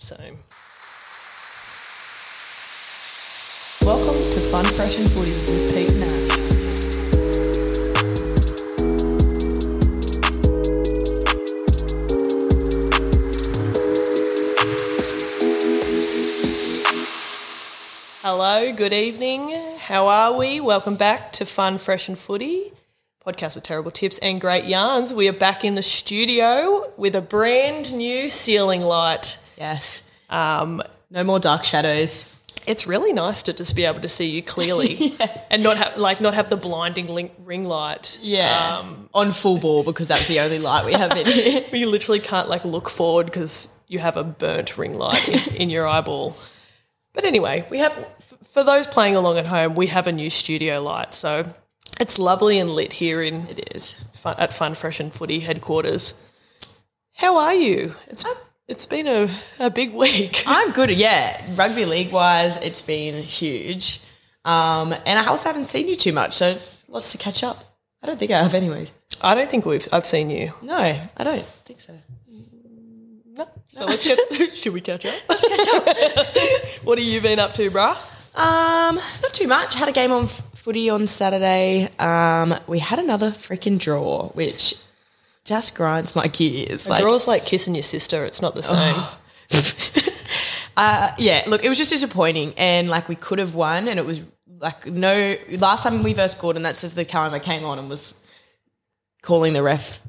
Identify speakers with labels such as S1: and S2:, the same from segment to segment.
S1: So. Welcome to Fun, Fresh, and Footy with Pete Nash. Hello, good evening. How are we? Welcome back to Fun, Fresh, and Footy, podcast with terrible tips and great yarns. We are back in the studio with a brand new ceiling light.
S2: Yes. no more dark shadows.
S1: It's really nice to just be able to see you clearly and not have like not have the blinding link, ring light.
S2: Yeah. Um, on full ball because that's the only light we have in here.
S1: You literally can't like look forward because you have a burnt ring light in, in your eyeball. But anyway, we have f- for those playing along at home, we have a new studio light, so it's lovely and lit here in it is fun, at Fun Fresh and Footy headquarters. How are you? It's it's been a, a big week.
S2: I'm good. Yeah. Rugby league wise, it's been huge. Um, and I also haven't seen you too much, so it's lots to catch up. I don't think I have, anyways.
S1: I don't think we've I've seen you.
S2: No, I don't think so.
S1: No. So let's get. should we catch up? Let's catch up. what have you been up to, bruh?
S2: Um, not too much. Had a game on f- footy on Saturday. Um, we had another freaking draw, which just grinds my gears.
S1: Like, Draw's like kissing your sister. It's not the same.
S2: yeah, look, it was just disappointing, and like we could have won, and it was like no. Last time we versed Gordon, that's just the time I came on and was calling the ref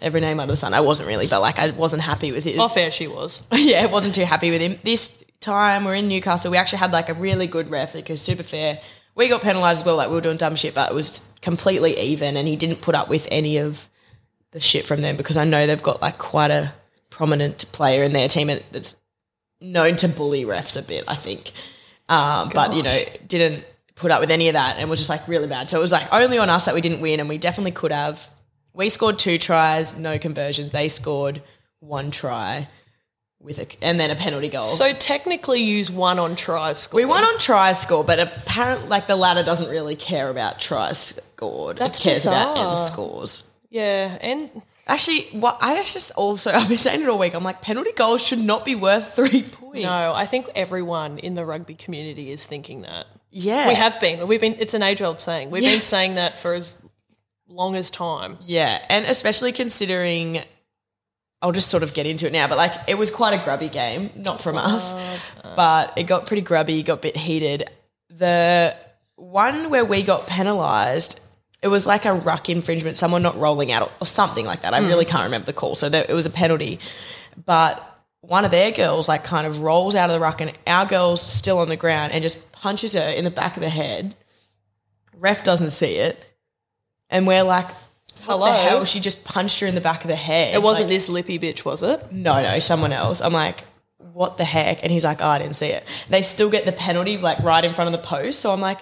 S2: every name under the sun. I wasn't really, but like I wasn't happy with his.
S1: Off air, she was.
S2: yeah, I wasn't too happy with him. This time we're in Newcastle, we actually had like a really good ref, like it was super fair. We got penalised as well, like we were doing dumb shit, but it was completely even, and he didn't put up with any of the shit from them because I know they've got like quite a prominent player in their team that's known to bully refs a bit, I think. Um, but you know, didn't put up with any of that and was just like really bad. So it was like only on us that we didn't win, and we definitely could have. We scored two tries, no conversions. They scored one try with a and then a penalty goal.
S1: So technically, use one on try score.
S2: we won on try score, but apparently, like the ladder doesn't really care about tries scored.
S1: That's
S2: it cares about
S1: bizarre.
S2: end scores.
S1: Yeah, and
S2: Actually, what I just also I've been saying it all week. I'm like penalty goals should not be worth three points.
S1: no, I think everyone in the rugby community is thinking that.
S2: Yeah,
S1: We have been. We've been. It's an age-old saying. We've
S2: Yeah.
S1: been saying that for as long as time.
S2: Yeah, and especially considering, I'll just sort of get into it now, but like it was quite a grubby game, not from us, but it got pretty grubby, got a bit heated. The one where we got penalised, it was like a ruck infringement, someone not rolling out or- or something like that. I really can't remember the call, so there, it was a penalty, but one of their girls like kind of rolls out of the ruck, and our girl's still on the ground and just punches her in the back of the head. Ref doesn't see it. And we're like, what
S1: Hello?
S2: the hell? She just punched her in the back of the head.
S1: It wasn't
S2: Like,
S1: this lippy bitch, was it?
S2: no, no, someone else. I'm like, what the heck? And he's like, oh, I didn't see it. They still get the penalty like right in front of the post. So I'm like,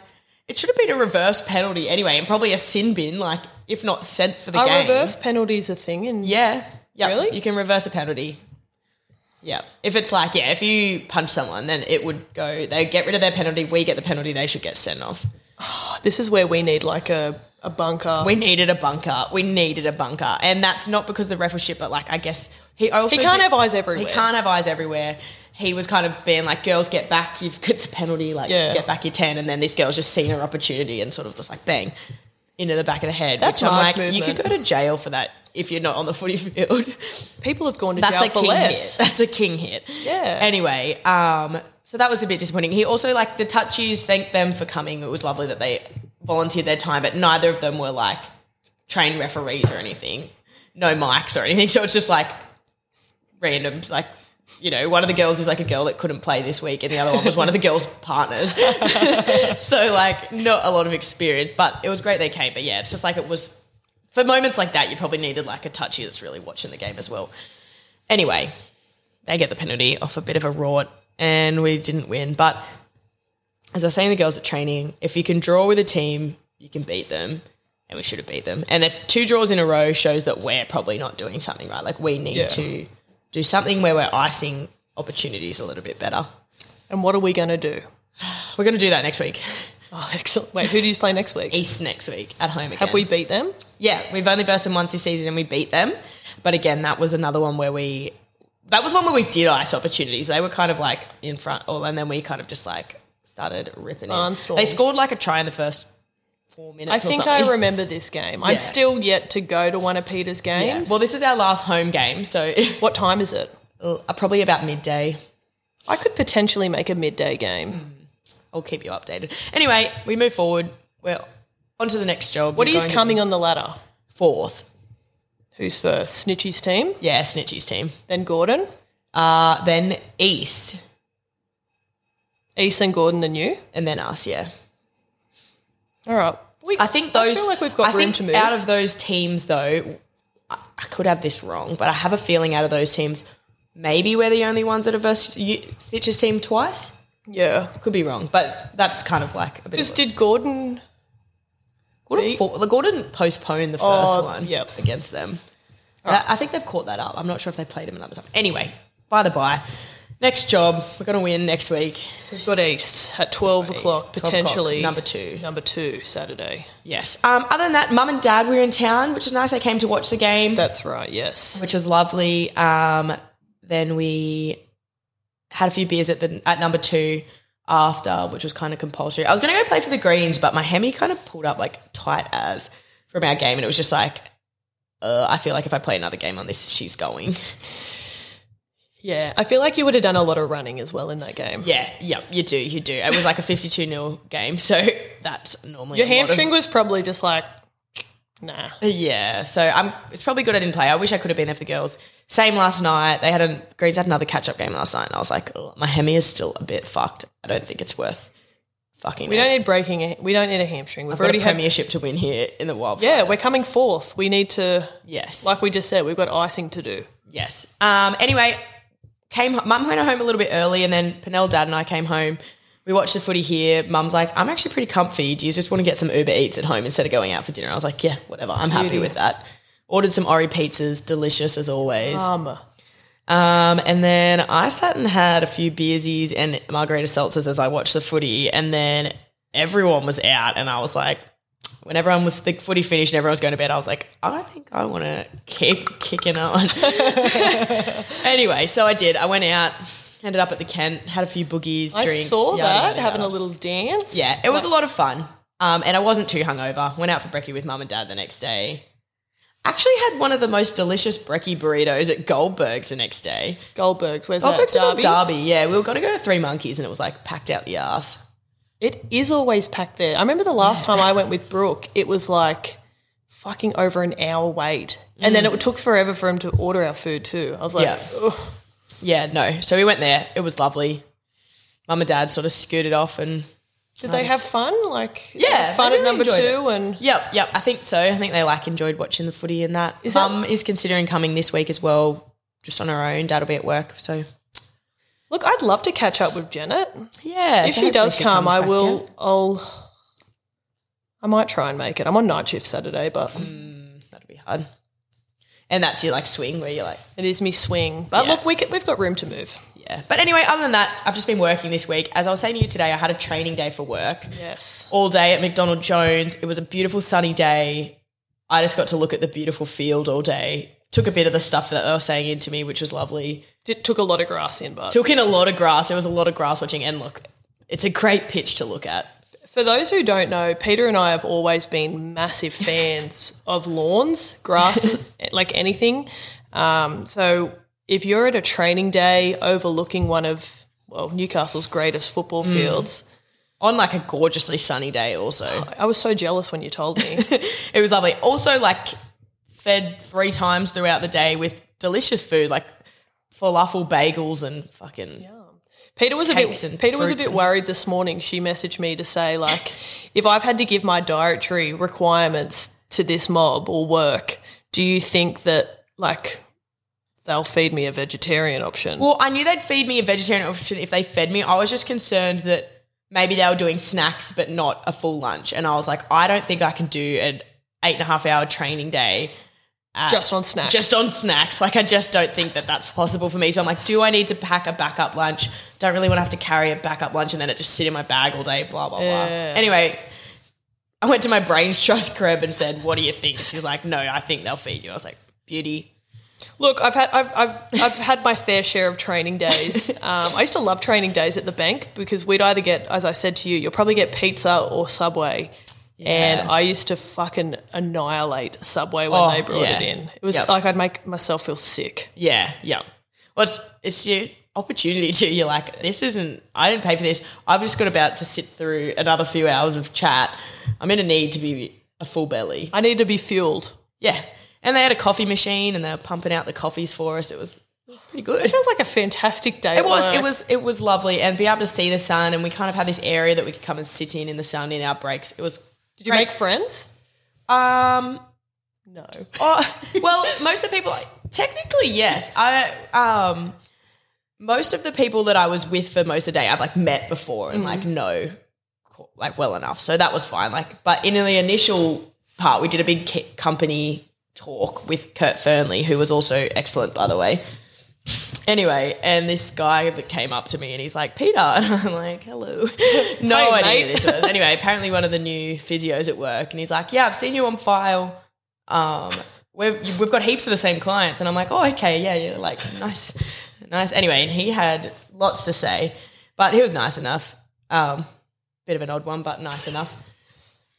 S2: it should have been a reverse penalty anyway, and probably a sin bin, like if not sent for the
S1: Are
S2: game.
S1: reverse penalties a thing? And
S2: Yeah. Yep.
S1: Really?
S2: You can reverse a penalty. Yeah. If it's like, yeah, if you punch someone, then it would go, they get rid of their penalty, we get the penalty, they should get sent off.
S1: this is where we need like a a bunker.
S2: We needed a bunker. We needed a bunker. And that's not because the ref was shit, but like, I guess he also.
S1: He can't
S2: did-
S1: have eyes everywhere.
S2: He can't have eyes everywhere. He was kind of being like, girls, get back. You've got a penalty. Like,
S1: Yeah.
S2: get back your 10. And then this girl's just seen her opportunity and sort of just like, bang, into the back of the head.
S1: That's
S2: which I'm
S1: March
S2: like, you could
S1: movement.
S2: go to jail for that if you're not on the footy field.
S1: People have gone to
S2: That's
S1: jail
S2: a
S1: for
S2: king
S1: less.
S2: hit. That's a king hit.
S1: Yeah.
S2: Anyway, um, so that was a bit disappointing. He also like the touchies. Thanked them for coming. It was lovely that they volunteered their time, but neither of them were like trained referees or anything. No mics or anything. So it's just like randoms. Like you know, one of the girls is like a girl that couldn't play this week, and the other one was one of the girls' partners. so like not a lot of experience, but it was great they came. But yeah, it's just like it was. For moments like that, you probably needed like a touchy that's really watching the game as well. Anyway, they get the penalty off a bit of a rort, and we didn't win. But as I was saying, to the girls at training, if you can draw with a team, you can beat them, and we should have beat them. And if two draws in a row shows that we're probably not doing something right, like we need
S1: Yeah.
S2: to do something where we're icing opportunities a little bit better.
S1: And what are we going to do?
S2: We're going to do that next week.
S1: Oh, excellent. Wait, who do you play next week?
S2: East next week at home again.
S1: Have we beat them?
S2: Yeah, we've only versed them once this season and we beat them. But again, that was another one where we that was one where we did ice opportunities. They were kind of like in front, all, and then we kind of just like started ripping. In.
S1: Barnstormed.
S2: They scored like a try in the first four minutes.
S1: I
S2: or
S1: think
S2: something.
S1: I remember this game.
S2: Yeah.
S1: I'm still yet to go to one of Peter's
S2: Yeah.
S1: games.
S2: Well, this is our last home game, so
S1: what time is it?
S2: uh, probably about midday.
S1: I could potentially make a midday game.
S2: Mm. I'll keep you updated. Anyway, we move forward. We're on to the next job.
S1: What is coming on the ladder?
S2: fourth?
S1: Who's first? Snitchy's team,
S2: Yeah, Snitchy's team.
S1: then Gordon,
S2: Uh, then East,
S1: East and Gordon, then you.
S2: and then us. Yeah,
S1: All right. We,
S2: I think those.
S1: I feel like we've got
S2: I
S1: room
S2: think
S1: to move.
S2: Out of those teams, though, I, I could have this wrong, but I have a feeling out of those teams, maybe we're the only ones that have versed you, Snitch's team twice.
S1: yeah.
S2: Could be wrong, but that's kind of like a bit.
S1: Because
S2: Of a,
S1: did Gordon?
S2: Gordon, for, the Gordon postponed the first
S1: Oh,
S2: one
S1: yep.
S2: against them. That- I think they've caught that up. I'm not sure if they played him another time. Anyway, by the by, next job we're going to win next week.
S1: We've got East at twelve o'clock
S2: 12 o'clock,
S1: potentially.
S2: number two.
S1: Number two Saturday.
S2: Yes. Um, other than that, mum and dad were in town, which is nice. They came to watch the game.
S1: That's right. Yes.
S2: which was lovely. Um, then we had a few beers at the at number two after, which was kind of compulsory. I was going to go play for the Greens, but my hemi kind of pulled up like tight as from our game, and it was just like, uh, I feel like if I play another game on this, she's going.
S1: Yeah. I feel like you would have done a lot of running as well in that game.
S2: yeah, yep, you do, you do. It was like a fifty-two 0 game, so that's normally
S1: Your
S2: a lot of-
S1: hamstring was probably just like, nah.
S2: Yeah, so I'm. It's probably good I didn't play. I wish I could have been there for the girls. Same last night. They had a Greens had another catch up game last night, and I was like, "Ugh, my hemi is still a bit fucked. I don't think it's worth fucking.
S1: We don't need breaking. A, we don't need a hamstring. We've
S2: I've got
S1: already
S2: a
S1: had.
S2: premiership to win here in the wild.
S1: Yeah, we're coming fourth. We need to,
S2: yes,
S1: like we just said, we've got icing to do.
S2: yes. Um. Anyway, came mum went home a little bit early, and then Penel, dad, and I came home. We watched the footy here. Mum's like, I'm actually pretty comfy. Do you just want to get some Uber Eats at home instead of going out for dinner? I was like, yeah, whatever. I'm happy with that. Ordered some Ori pizzas, delicious as always.
S1: Um,
S2: Um, and then I sat and had a few beersies and margarita seltzers as I watched the footy. And then everyone was out, and I was like, when everyone was the footy finished and everyone was going to bed, I was like, I think I want to keep kicking on. anyway, so I did. I went out, ended up at the Kent, had a few boogies,
S1: I
S2: drinks.
S1: saw
S2: yada,
S1: that
S2: yada,
S1: having a
S2: yada.
S1: little dance.
S2: Yeah, it was a lot of fun. Um, and I wasn't too hungover. Went out for brekkie with mum and dad the next day. Actually had one of the most delicious brekkie burritos at Goldberg's the next day.
S1: Goldberg's. Where's
S2: Goldberg's
S1: that?
S2: on
S1: Derby?
S2: Derby. Yeah, we were going to go to Three Monkeys, and it was like packed out the ass.
S1: It is always packed there. I remember the last time I went with Brooke, it was like fucking over an hour wait, and then it took forever for him to order our food too. I was like,
S2: Mm. Yeah.
S1: "Ugh."
S2: Yeah, no. So we went there. It was lovely. Mum and Dad sort of scooted off, and
S1: did they have fun? Like, did they
S2: Yeah,
S1: have fun
S2: they
S1: at
S2: really
S1: number two,
S2: enjoyed
S1: and
S2: yep, yep. I think so. I think they like enjoyed watching the footy and that.
S1: Is that-
S2: Mum is considering coming this week as well, just on her own. Dad'll be at work, so
S1: look, I'd love to catch up with Janet.
S2: yeah.
S1: if
S2: so
S1: she
S2: hopefully
S1: does come,
S2: comes
S1: I
S2: back
S1: will.
S2: down.
S1: I'll. I might try and make it. I'm on night shift Saturday, but
S2: Mm. That'll be hard. And that's your like swing where you're like,
S1: it is me swing. But
S2: Yeah.
S1: look, we can, we've got room to move.
S2: yeah. But anyway, other than that, I've just been working this week. As I was saying to you today, I had a training day for work.
S1: Yes.
S2: all day at McDonald Jones. It was a beautiful sunny day. I just got to look at the beautiful field all day. Took a bit of the stuff that they were saying into me, which was lovely.
S1: It took a lot of grass in, but
S2: Took in a lot of grass. There was a lot of grass watching, and look, it's a great pitch to look at.
S1: For those who don't know, Peter and I have always been massive fans of lawns, grass, like anything. Um, so if you're at a training day overlooking one of well Newcastle's greatest football
S2: Mm.
S1: fields,
S2: On like a gorgeously sunny day, also
S1: I was so jealous when you told me.
S2: it was lovely. Also, like fed three times throughout the day with delicious food, like falafel bagels and fucking
S1: Peter was a bit
S2: Cakes and
S1: Peter was a
S2: fruits
S1: bit
S2: and-
S1: worried this morning. She messaged me to say like, if I've had to give my dietary requirements to this mob or work, do you think that like they'll feed me a vegetarian option?
S2: Well, I knew they'd feed me a vegetarian option if they fed me. I was just concerned that maybe they were doing snacks but not a full lunch. And I was like, I don't think I can do an eight and a half hour training day
S1: just on snacks.
S2: just on snacks. Like, I just don't think that that's possible for me. So I'm like, do I need to pack a backup lunch? Don't really want to have to carry a backup lunch and then it just sit in my bag all day, blah, blah, blah.
S1: Yeah.
S2: Anyway, I went to my brains trust crib and said, what do you think? And she's like, no, I think they'll feed you. I was like, beauty.
S1: Look, I've had I've, I've, I've had my fair share of training days. Um, I used to love training days at the bank because we'd either get, as I said to you, you'll probably get pizza or Subway. And
S2: Yeah.
S1: I used to fucking annihilate Subway when
S2: Oh,
S1: they brought
S2: yeah.
S1: it in. It was
S2: Yep.
S1: like I'd make myself feel sick.
S2: Yeah, yeah. Well, it's, it's your opportunity to. You're like, this isn't. I didn't pay for this. I've just got about to sit through another few hours of chat. I'm in a need to be a full belly.
S1: I need to be fueled.
S2: Yeah. And they had a coffee machine, and they were pumping out the coffees for us. It was, it was pretty good.
S1: Sounds like a fantastic day.
S2: It was,
S1: at
S2: it
S1: work.
S2: was, it was lovely, and be able to see the sun, and we kind of had this area that we could come and sit in in the sun in our breaks. It was.
S1: Did you
S2: great.
S1: make friends?
S2: Um,
S1: No.
S2: Oh, well, most of the people, technically, yes. I um, most of the people that I was with for most of the day, I've like met before and like know qu- like well enough, so that was fine. Like, but in the initial part, we did a big ki- company talk with Kurt Fernley, who was also excellent, by the way. Anyway, and this guy that came up to me and he's like, Peter. And I'm like, hello. No
S1: Hey,
S2: idea who
S1: mate.
S2: this was. Anyway, apparently one of the new physios at work. And he's like, yeah, I've seen you on file um, we've, we've got heaps of the same clients. And I'm like, oh, okay, yeah, yeah, like, nice, nice. Anyway, and he had lots to say, but he was nice enough. Um, bit of an odd one, but nice enough.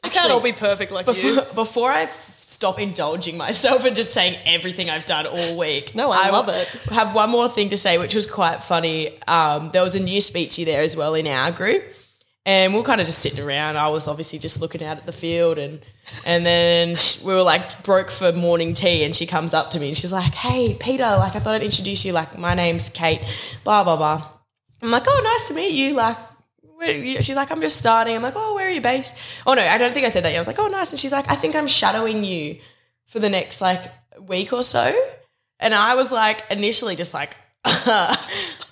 S1: I can't all be perfect like you.
S2: Before I f- stop indulging myself and just saying everything I've done all week,
S1: No, I love
S2: w-
S1: it.
S2: Have one more thing to say, which was quite funny. Um, there was a new speechy there as well in our group, and we were kind of just sitting around. I was obviously just looking out at the field, and and then sh- we were like broke for morning tea, and she comes up to me and she's like, "Hey, Peter, like I thought I'd introduce you. Like my name's Kate, blah blah blah." I'm like, "Oh, nice to meet you." Like where, you- she's like, I'm just starting. I'm like, oh, where are you based? Oh no, I don't think I said that. Yet. I was like, oh, nice. And she's like, I think I'm shadowing you for the next like week or so. And I was like, initially, just like,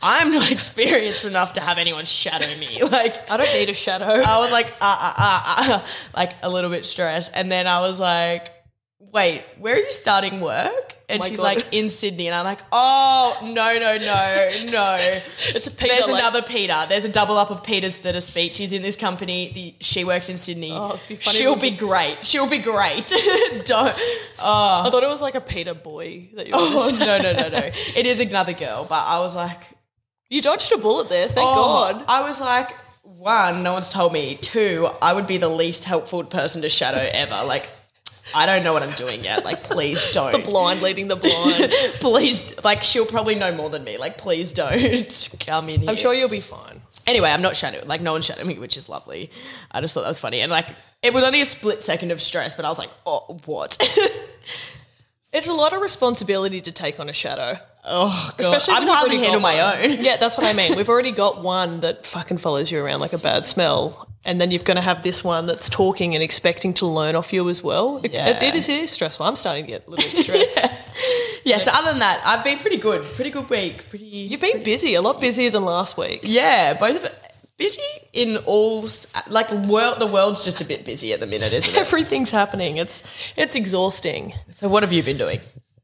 S2: I'm not experienced enough to have anyone shadow me. Like,
S1: I don't need a shadow.
S2: I was like, uh, uh, uh, uh, like a little bit stressed. And then I was like, wait, where are you starting work? And
S1: my
S2: she's
S1: God.
S2: like, in Sydney. And I'm like, oh, no, no, no, no.
S1: it's a Peter.
S2: There's
S1: like-
S2: another Peter. There's a double up of Peters that are speeches in this company. The, she works in Sydney.
S1: Oh, it'd be funny
S2: She'll
S1: if
S2: be great. She'll be great. Don't.
S1: I thought it was like a Peter boy that you. were
S2: Oh,
S1: just-
S2: no, no, no, no. It is another girl, but I was like,
S1: You dodged a bullet there. Thank
S2: oh,
S1: God.
S2: I was like, one, no one's told me. Two, I would be the least helpful person to shadow ever. Like, I don't know what I'm doing yet. Like, please don't.
S1: The blind leading the blind.
S2: please, like, she'll probably know more than me. Like, please don't come in here.
S1: I'm sure you'll be fine.
S2: anyway, I'm not shadowed. Like no one shadowed me, which is lovely. I just thought that was funny, and like it was only a split second of stress, but I was like, oh, what?
S1: It's a lot of responsibility to take on a shadow.
S2: oh god,
S1: Especially
S2: I'm
S1: when you've
S2: hardly
S1: already
S2: handle
S1: got
S2: my
S1: one.
S2: own.
S1: Yeah, that's what I mean. We've already got one that fucking follows you around like a bad smell, and then you're going to have this one that's talking and expecting to learn off you as well. It,
S2: Yeah.
S1: it, is, it is stressful. I'm starting to get a little bit stressed.
S2: Yeah. So other than that, I've been pretty good. Pretty good week. Pretty.
S1: You've been busy, a lot busier than last week.
S2: yeah, both of busy in all s- like world. The world's just a bit busy at the minute, isn't it?
S1: Everything's happening. It's it's exhausting.
S2: so what have you been doing?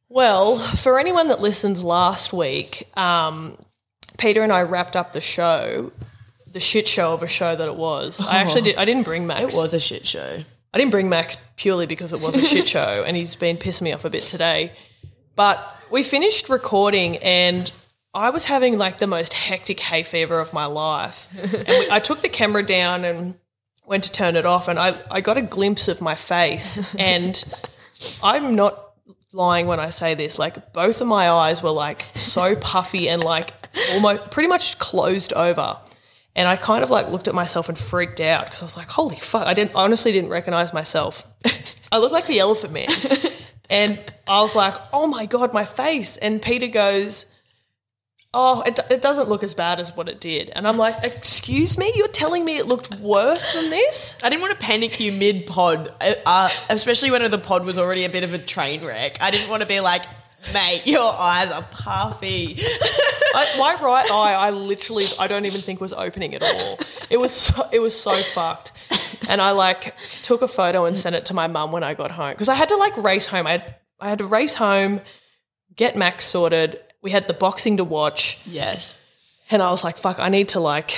S1: Well, for anyone that listened last week, um, Peter and I wrapped up the show, the shit show of a show that it was. I actually did. I didn't bring Max.
S2: Oh. It was a shit show.
S1: I didn't bring Max purely because it was a shit show, and he's been pissing me off a bit today. But we finished recording, and I was having like the most hectic hay fever of my life. and we, I took the camera down and went to turn it off, and I, I got a glimpse of my face. And I'm not lying when I say this. Like both of my eyes were like so puffy and like almost pretty much closed over. And I kind of like looked at myself and freaked out because I was like, "Holy fuck!" I didn't I honestly didn't recognize myself. I looked like the Elephant Man, and I was like, "Oh my god, my face!" And Peter goes, "Oh, it, it doesn't look as bad as what it did." And I'm like, "Excuse me, you're telling me it looked worse than this?"
S2: I didn't want to panic you mid pod, uh, especially when the pod was already a bit of a train wreck. I didn't want to be like, mate, your eyes are puffy.
S1: I, my right eye, I literally, I don't even think was opening at all. It was, so, it was so fucked. And I like took a photo and sent it to my mum when I got home because I had to like race home. I had, I had to race home, get Max sorted. We had the boxing to watch,
S2: Yes.
S1: and I was like, "Fuck, I need to like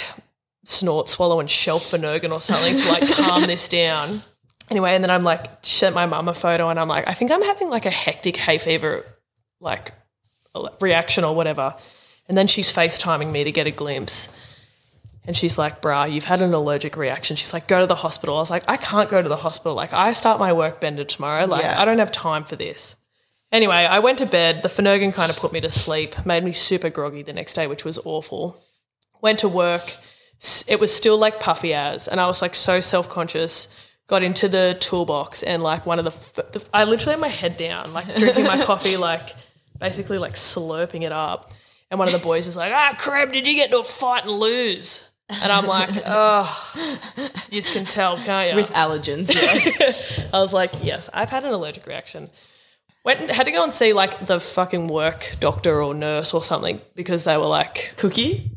S1: snort, swallow, and shelf Finergan or something to like calm this down." Anyway, and then I'm like, sent my mum a photo, and I'm like, "I think I'm having like a hectic hay fever like ele- reaction or whatever. And then she's FaceTiming me to get a glimpse. And she's like, bruh, you've had an allergic reaction. She's like, go to the hospital. I was like, I can't go to the hospital. Like, I start my work bender tomorrow. Like,
S2: Yeah.
S1: I don't have time for this. Anyway, I went to bed. The Finurgan kind of put me to sleep, made me super groggy the next day, which was awful. Went to work. S- It was still like puffy as, and I was like so self conscious. Got into the toolbox and like one of the, f- the, I literally had my head down, like drinking my coffee, like basically like slurping it up. And one of the boys is like, ah, crab, did you get into a fight and lose? And I'm like, oh, you just can tell, can't you?
S2: With allergens, yes.
S1: I was like, yes, I've had an allergic reaction. Went and had to go and see like the fucking work doctor or nurse or something because they were like,
S2: Cookie?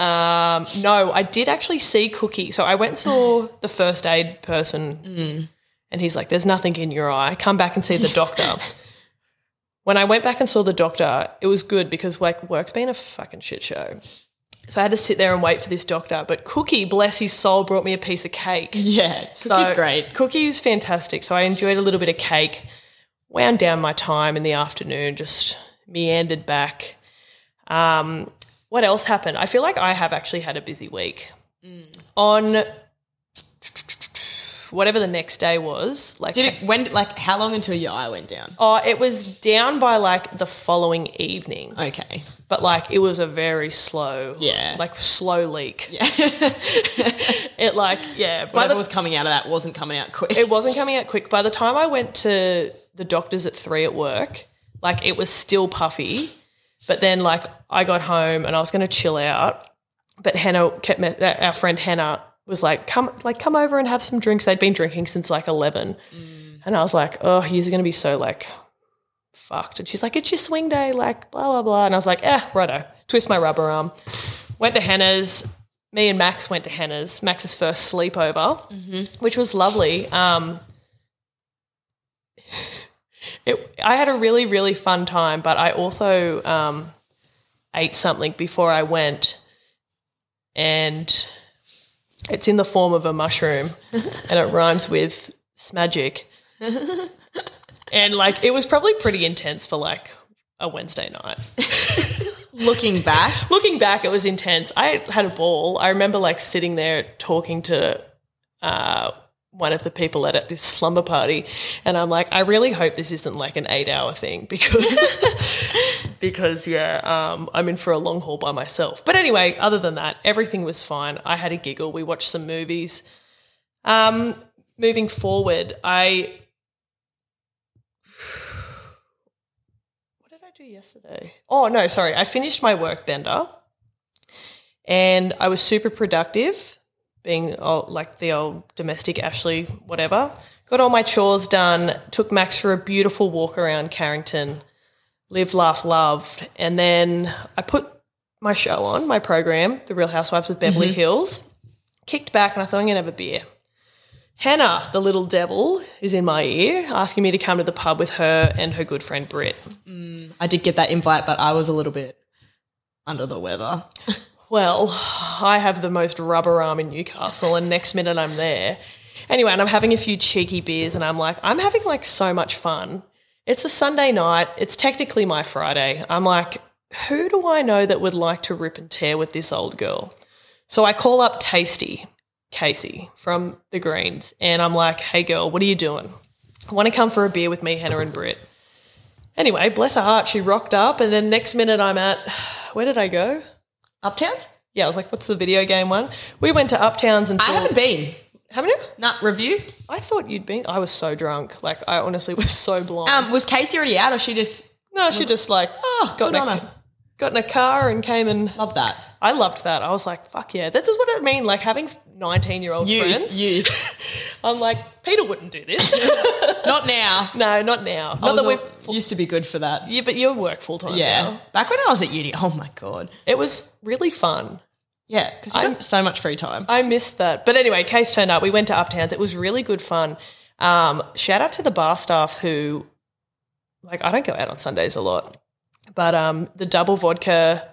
S1: no, I did actually see Cookie. So I went and saw the first aid person and he's like, there's nothing in your eye. Come back and see the doctor. when I went back and saw the doctor, it was good because like work's been a fucking shit show. So I had to sit there and wait for this doctor. But Cookie, bless his soul, brought me a piece of cake.
S2: Yeah. Cookie's
S1: So,
S2: great.
S1: Cookie's fantastic. So I enjoyed a little bit of cake. Wound down my time in the afternoon, just meandered back. Um, what else happened? I feel like I have actually had a busy week.
S2: Mm.
S1: On whatever the next day was, like
S2: Did it, when, like, how long until your eye went down?
S1: oh, it was down by like the following evening,
S2: Okay.
S1: but like it was a very slow,
S2: Yeah.
S1: like slow leak. Yeah, it like yeah. By
S2: Whatever
S1: the
S2: was coming out of that wasn't coming out quick.
S1: it wasn't coming out quick. By the time I went to the doctors at three at work, like it was still puffy. But then, like, I got home and I was going to chill out. But Hannah kept me- uh, our friend Hannah was like, "Come, like, come over and have some drinks." They'd been drinking since like eleven, and I was like, "Oh, you're going to be so like fucked." And she's like, "It's your swing day, like, blah blah blah." And I was like, "Eh, righto." Twist my rubber arm. Went to Hannah's. Me and Max went to Hannah's. Max's first sleepover which was lovely. Um, it, I had a really, really fun time, but I also um, ate something before I went, and it's in the form of a mushroom, and it rhymes with smagic. and like, it was probably pretty intense for like a Wednesday night
S2: Looking back,
S1: looking back, it was intense. I had a ball. I remember like sitting there talking to uh, one of the people at, at this slumber party, and I'm like, I really hope this isn't like an eight hour thing because because yeah, um, I'm in for a long haul by myself. But anyway, other than that, everything was fine. I had a giggle. We watched some movies. Um, moving forward, I. What did I do yesterday? Oh, no, sorry. I finished my work bender and I was super productive, being old, like the old domestic Ashley, whatever. Got all my chores done, took Max for a beautiful walk around Carrington, live, laugh, loved. And then I put my show on, my program, The Real Housewives of Beverly Hills, kicked back, and I thought I'm going to have a beer. Hannah, the little devil, is in my ear asking me to come to the pub with her and her good friend Britt.
S2: I did get that invite, but I was a little bit under the weather.
S1: Well, I have the most rubber arm in Newcastle, and next minute I'm there. Anyway, and I'm having a few cheeky beers, and I'm like, I'm having like so much fun. It's a Sunday night. It's technically my Friday. I'm like, who do I know that would like to rip and tear with this old girl? So I call up Tasty Casey from the Greens, and I'm like, hey girl, what are you doing? Want to come for a beer with me, Hannah and Britt? Anyway, bless her heart, she rocked up, and then next minute I'm at, where did I go?
S2: Uptowns?
S1: Yeah, I was like, what's the video game one? We went to Uptowns and
S2: I haven't been.
S1: haven't you?
S2: Not review.
S1: I thought you'd been. I was so drunk. Like, I honestly was so blind.
S2: Um, was Casey already out, or she just
S1: no, she just like
S2: oh,
S1: got
S2: good
S1: in
S2: on
S1: a,
S2: her.
S1: got in a car and came and
S2: Love that.
S1: I loved that. I was like, fuck yeah, this is what I mean. Like having nineteen year old
S2: Youth,
S1: friends.
S2: youth.
S1: I'm like, Peter wouldn't do this.
S2: Not now.
S1: no, not now.
S2: I
S1: Not that we.
S2: was all- used to be good for that.
S1: Yeah, but you work full time.
S2: Yeah.
S1: now.
S2: Back when I was at uni, oh my god.
S1: it was really fun.
S2: Yeah, because you got so much free time.
S1: I missed that. But anyway, Case turned up. We went to Uptowns. It was really good fun. Um, shout out to the bar staff who, like, I don't go out on Sundays a lot, but um, the double vodka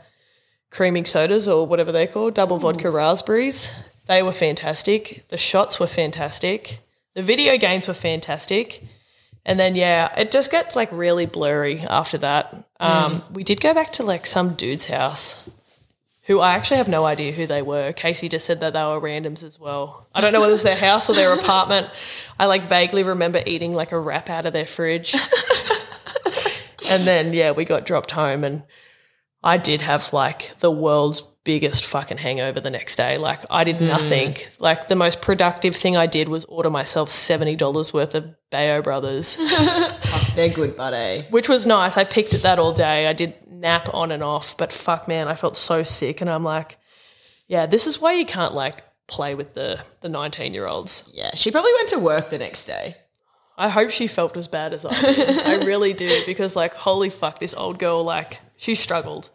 S1: creaming sodas or whatever they're called, double vodka raspberries, they were fantastic. The shots were fantastic. The video games were fantastic. And then yeah, it just gets like really blurry after that. Um, We did go back to like some dude's house, who I actually have no idea who they were. Casey just said that they were randoms as well. I don't know whether it was their house or their apartment. I like vaguely remember eating like a wrap out of their fridge. and then yeah, we got dropped home, and I did have like the world's biggest fucking hangover the next day. Like I did nothing. Like the most productive thing I did was order myself seventy dollars worth of Bayo Brothers,
S2: They're good, buddy.
S1: which was nice. I picked at that all day. I did nap on and off, but fuck man, I felt so sick, and I'm like, yeah, this is why you can't like play with the the 19 year olds.
S2: Yeah, she probably went to work the next day.
S1: I hope she felt as bad as I did. I really do because like holy fuck, this old girl like she struggled.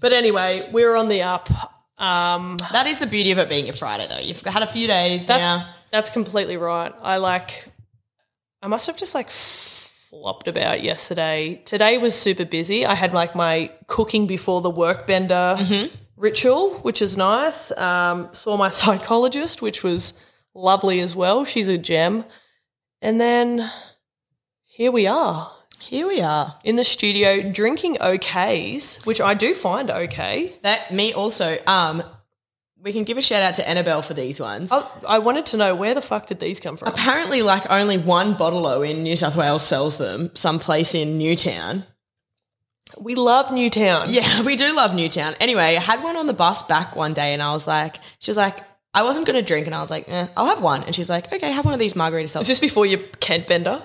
S1: But anyway, we were on the up.
S2: That is the beauty of it being a Friday, though. You've had a few days
S1: That's
S2: now.
S1: that's completely right. I like I must have just like flopped about yesterday. Today was super busy. I had like my cooking before the work bender
S2: Mm-hmm.
S1: ritual, which is nice. Um, saw my psychologist, which was lovely as well. She's a gem. And then here we are
S2: Here we are.
S1: in the studio drinking OKs, which I do find okay.
S2: That me also. Um, we can give a shout out to Annabelle for these ones.
S1: I, I wanted to know where the fuck did these come from?
S2: Apparently, like only one bottle in New South Wales sells them. Someplace in Newtown.
S1: We love Newtown.
S2: Yeah, we do love Newtown. Anyway, I had one on the bus back one day, and I was like, she was like, I wasn't going to drink, and I was like, eh, I'll have one, and she's like, okay, have one of these margarita seltzers.
S1: Is this before your Kent Bender?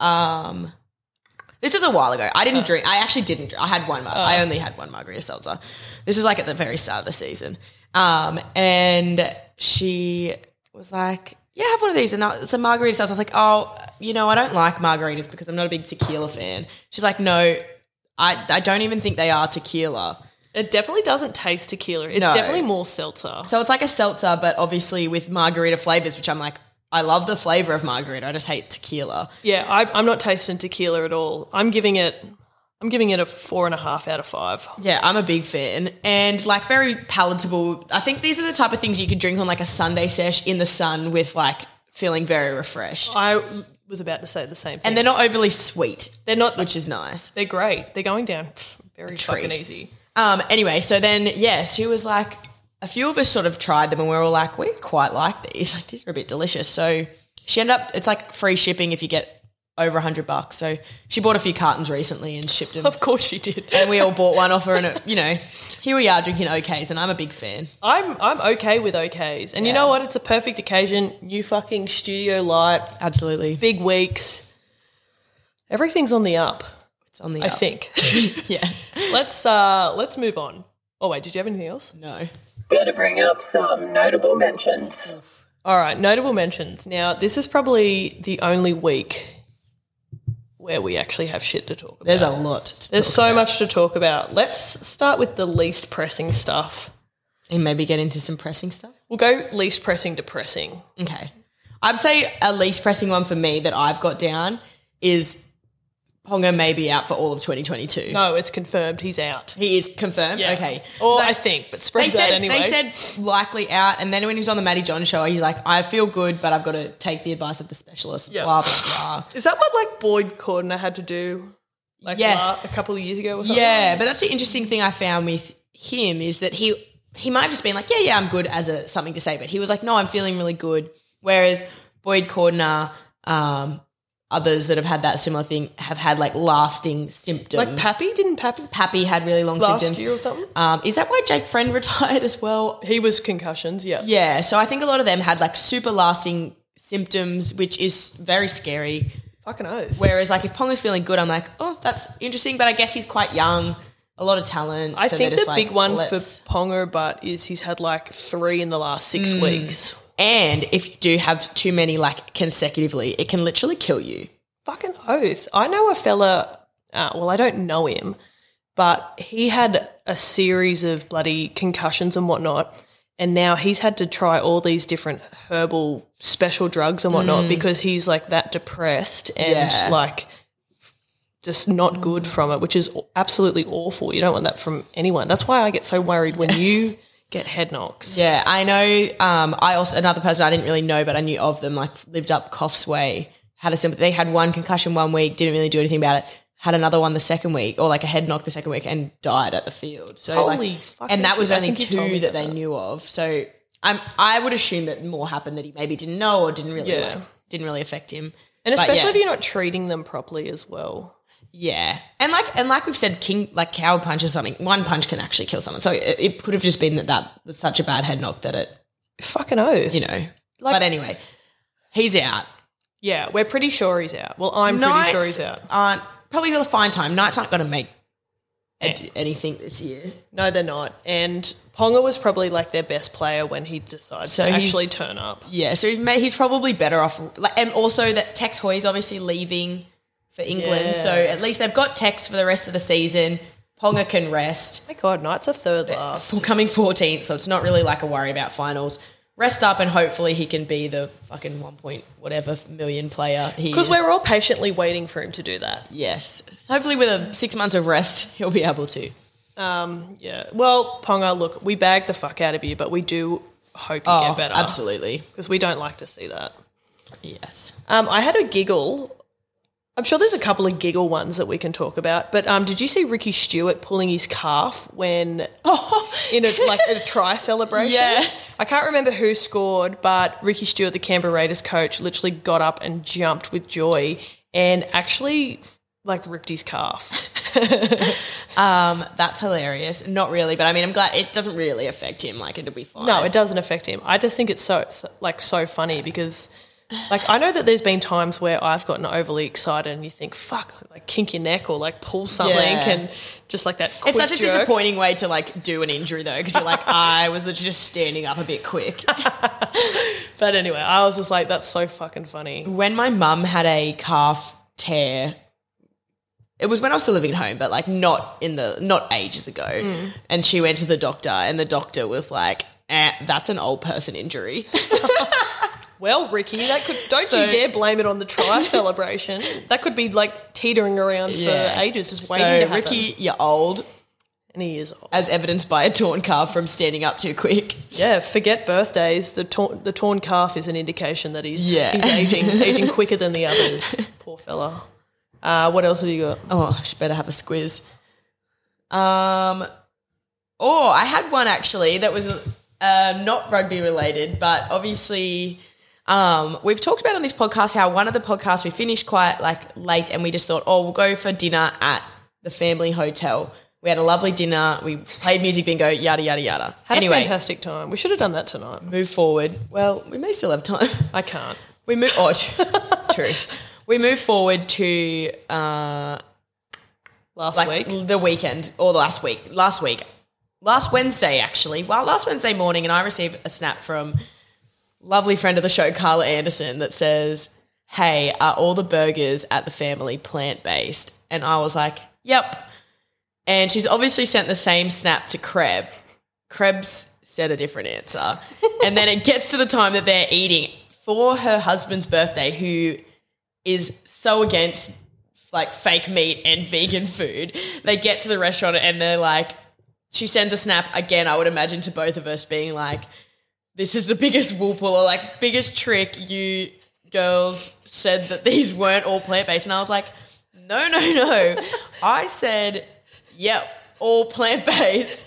S2: Um, this is a while ago. I didn't drink. I actually didn't. Drink. I had one. Mar- I only had one margarita seltzer. This is like at the very start of the season. Um, and she was like, "Yeah, have one of these." And I, it's a margarita seltzer. I was like, "Oh, you know, I don't like margaritas because I'm not a big tequila fan." She's like, "No, I I don't even think they are tequila."
S1: It definitely doesn't taste tequila. It's
S2: No.
S1: definitely more seltzer.
S2: So it's like a seltzer, but obviously with margarita flavors, which I'm like, I love the flavor of margarita. I just hate tequila.
S1: Yeah, I, I'm not tasting tequila at all. I'm giving it, I'm giving it a four and a half out of five.
S2: Yeah, I'm a big fan and like very palatable. I think these are the type of things you could drink on like a Sunday sesh in the sun with like feeling very refreshed.
S1: I was about to say the same thing.
S2: And they're not overly sweet,
S1: they're not.
S2: which is nice.
S1: They're great. They're going down pff, very
S2: treat.
S1: fucking easy.
S2: Um, anyway, so then, yeah, she was like, a few of us sort of tried them and we are all like, we quite like these. Like, these are a bit delicious. So she ended up, it's like free shipping if you get over 100 bucks. So she bought a few cartons recently and shipped them.
S1: Of course you did.
S2: and we all bought one off her. And, it, you know, here we are drinking OKs and I'm a big fan.
S1: I'm I'm okay with OKs. And you
S2: Yeah.
S1: know what? It's a perfect occasion. New fucking studio light,
S2: Absolutely.
S1: big weeks. Everything's on the up,
S2: It's on the
S1: I
S2: up.
S1: think.
S2: Yeah.
S1: let's uh let's move on. Oh wait, did you have anything else?
S2: No.
S3: Gotta bring up some notable mentions.
S1: All right, notable mentions. Now, this is probably the only week where we actually have shit to talk about.
S2: There's a lot. To
S1: There's
S2: talk
S1: so much to talk about. Let's start with the least pressing stuff.
S2: about. and maybe get into some pressing stuff.
S1: We'll go least pressing to pressing.
S2: Okay. I'd say a least pressing one for me that I've got down is Ponga may be out for all of 2022.
S1: No, it's confirmed he's out.
S2: He is confirmed.
S1: Yeah.
S2: Okay.
S1: Or
S2: Like,
S1: I think, but spread
S2: they
S1: that
S2: said
S1: anyway.
S2: they said likely out, and then when he was on the Maddie John show, he's like, "I feel good, but I've got to take the advice of the specialist."
S1: Yeah.
S2: Blah blah blah.
S1: is that what like Boyd Cordner had to do? Like
S2: Yes.
S1: la- a couple of years ago or something.
S2: Yeah, but that's the interesting thing I found with him is that he he might have just been like, yeah, yeah, I'm good as a something to say, but he was like, no, I'm feeling really good. Whereas Boyd Cordner, um, others that have had that similar thing have had like lasting symptoms.
S1: Like Pappy didn't Pappy
S2: Pappy had really long
S1: last
S2: symptoms.
S1: year or something.
S2: Um, is that why Jake Friend retired as well?
S1: He was concussions. Yeah.
S2: Yeah, so I think a lot of them had like super lasting symptoms, which is very scary.
S1: Fucking oath.
S2: Whereas like if Ponga's feeling good, I'm like, oh, that's interesting. But I guess he's quite young, a lot of talent.
S1: I
S2: so
S1: think
S2: they're just
S1: the
S2: like,
S1: big one for
S2: let's-
S1: Pongo but is he's had like three in the last six
S2: Mm.
S1: weeks.
S2: and if you do have too many like consecutively, it can literally kill you.
S1: Fucking oath. I know a fella, uh, well, I don't know him, but he had a series of bloody concussions and whatnot. And now he's had to try all these different herbal special drugs and whatnot because he's like that depressed and
S2: Mm. Yeah.
S1: like just not good from it, which is absolutely awful. You don't want that from anyone. That's why I get so worried when you get head knocks.
S2: Yeah, I know. Um, I also another person I didn't really know, but I knew of them. Like lived up Coffs Way had a symptom. They had one concussion one week, didn't really do anything about it. Had another one the second week, or like a head knock the second week, and died at the field. So like-
S1: Holy fucking
S2: and that was
S1: shit, I
S2: only
S1: think you
S2: two
S1: told me
S2: that, they knew of. So I'm I would assume that more happened that he maybe didn't know or didn't really
S1: Yeah.
S2: like, didn't really affect him.
S1: And
S2: But
S1: especially
S2: yeah.
S1: if you're not treating them properly as well.
S2: Yeah, and like and like we've said, king like cow punch or something. One punch can actually kill someone. So it, it could have just been that that was such a bad head knock that it,
S1: Fucking oath.
S2: you know.
S1: Like-
S2: but anyway, he's out.
S1: Yeah, we're pretty sure he's out. Well, I'm pretty sure he's out.
S2: Aren't Uh, probably will fine time. Knights aren't going to make a- anything this year.
S1: No, they're not. And Ponga was probably like their best player when he decides
S2: So
S1: to
S2: he's-
S1: actually turn up.
S2: Yeah, so he's, may, he's probably better off. Like, and also that Tex Hoy's obviously leaving for England,
S1: Yeah.
S2: so at least they've got Tex for the rest of the season. Ponga can rest.
S1: My God, Knight's a third last.
S2: We're coming 14th, so it's not really like a worry about finals. Rest up and hopefully he can be the fucking one point whatever million player he
S1: Because
S2: is.
S1: we're all patiently waiting for him to do that.
S2: yes, hopefully with a six months of rest he'll be able to.
S1: Yeah. Well, Ponga, look, we bag the fuck out of you, but we do hope you
S2: Oh,
S1: get better.
S2: absolutely.
S1: Because we don't like to see that.
S2: Yes.
S1: Um, I had a giggle. I'm sure there's a couple of giggle ones that we can talk about. But um, did you see Ricky Stewart pulling his calf when in a like a try celebration?
S2: Oh. Yes.
S1: I can't remember who scored, but Ricky Stewart, the Canberra Raiders coach, literally got up and jumped with joy and actually like ripped his calf.
S2: That's hilarious. Not really, but I mean, I'm glad it doesn't really affect him. Like, it'll be fine.
S1: No, it doesn't affect him. I just think it's so, so like so funny because like I know that there's been times where I've gotten overly excited and you think fuck like kink your neck or like pull something
S2: Yeah.
S1: and just like that.
S2: It's
S1: quick
S2: such a
S1: jerk.
S2: disappointing way to like do an injury though, because you're like, I was literally just standing up a bit quick.
S1: But anyway, I was just like that's so fucking funny.
S2: When my mum had a calf tear, it was when I was still living at home, but like not in the not ages ago. And she went to the doctor, and the doctor was like, eh, "That's an old person injury."
S1: Well, Ricky, that could don't
S2: So-
S1: you dare blame it on the try celebration. That could be like teetering around for ages, just waiting
S2: so
S1: to happen.
S2: Ricky, you're old,
S1: and he is old.
S2: as evidenced by a torn calf from standing up too quick.
S1: Yeah, forget birthdays. The torn, the torn calf is an indication that he's
S2: Yeah.
S1: he's aging aging quicker than the others. Poor fella. Uh, what else have you got?
S2: Oh, I should better have a squiz. Um, oh, I had one actually that was uh, not rugby related, but obviously, um, we've talked about on this podcast how one of the podcasts we finished quite like late, and we just thought, oh, we'll go for dinner at the family hotel. We had a lovely dinner. We played music bingo, yada yada yada.
S1: Had a
S2: anyway,
S1: fantastic time. We should have done that tonight.
S2: move forward. Well, we may still have time.
S1: I can't.
S2: We move. Oh, true. We move forward to uh,
S1: Last
S2: like
S1: week.
S2: the weekend or the last week, last week, last Wednesday actually. Well, last Wednesday morning, and I received a snap from lovely friend of the show, Carla Anderson, that says, "Hey, are all the burgers at the family plant based?" And I was like, "Yep." And she's obviously sent the same snap to Kreb. Krebs said a different answer, and then it gets to the time that they're eating for her husband's birthday, who is so against like fake meat and vegan food. They get to the restaurant and they're like, she sends a snap again, I would imagine, to both of us being like, this is the biggest wool pull or like biggest trick. You girls said that these weren't all plant based. And I was like, no, no, no. I said, yep, all plant based.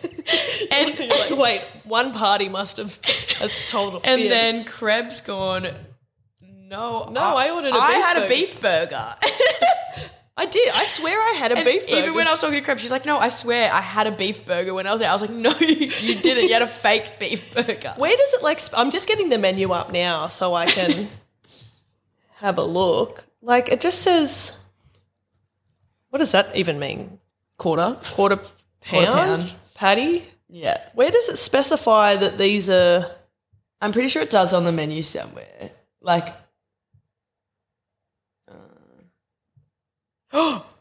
S2: And
S1: Like, wait, one party must have has told. a
S2: and
S1: fib.
S2: then Krebs gone, no,
S1: No, I ordered a
S2: I
S1: beef
S2: had a
S1: burger."
S2: beef burger.
S1: I did. I swear I had a
S2: And
S1: beef burger.
S2: Even when I was talking to Crab, she's like, "No, I swear, I had a beef burger when I was there." I was like, "No, you, you didn't. You had a fake beef burger."
S1: Where does it like? Sp- I'm just getting the menu up now so I can have a look. Like it just says. What does that even mean?
S2: Quarter.
S1: quarter pound,
S2: pound.
S1: patty.
S2: Yeah,
S1: Where does it specify that these are?
S2: I'm pretty sure it does on the menu somewhere. Like,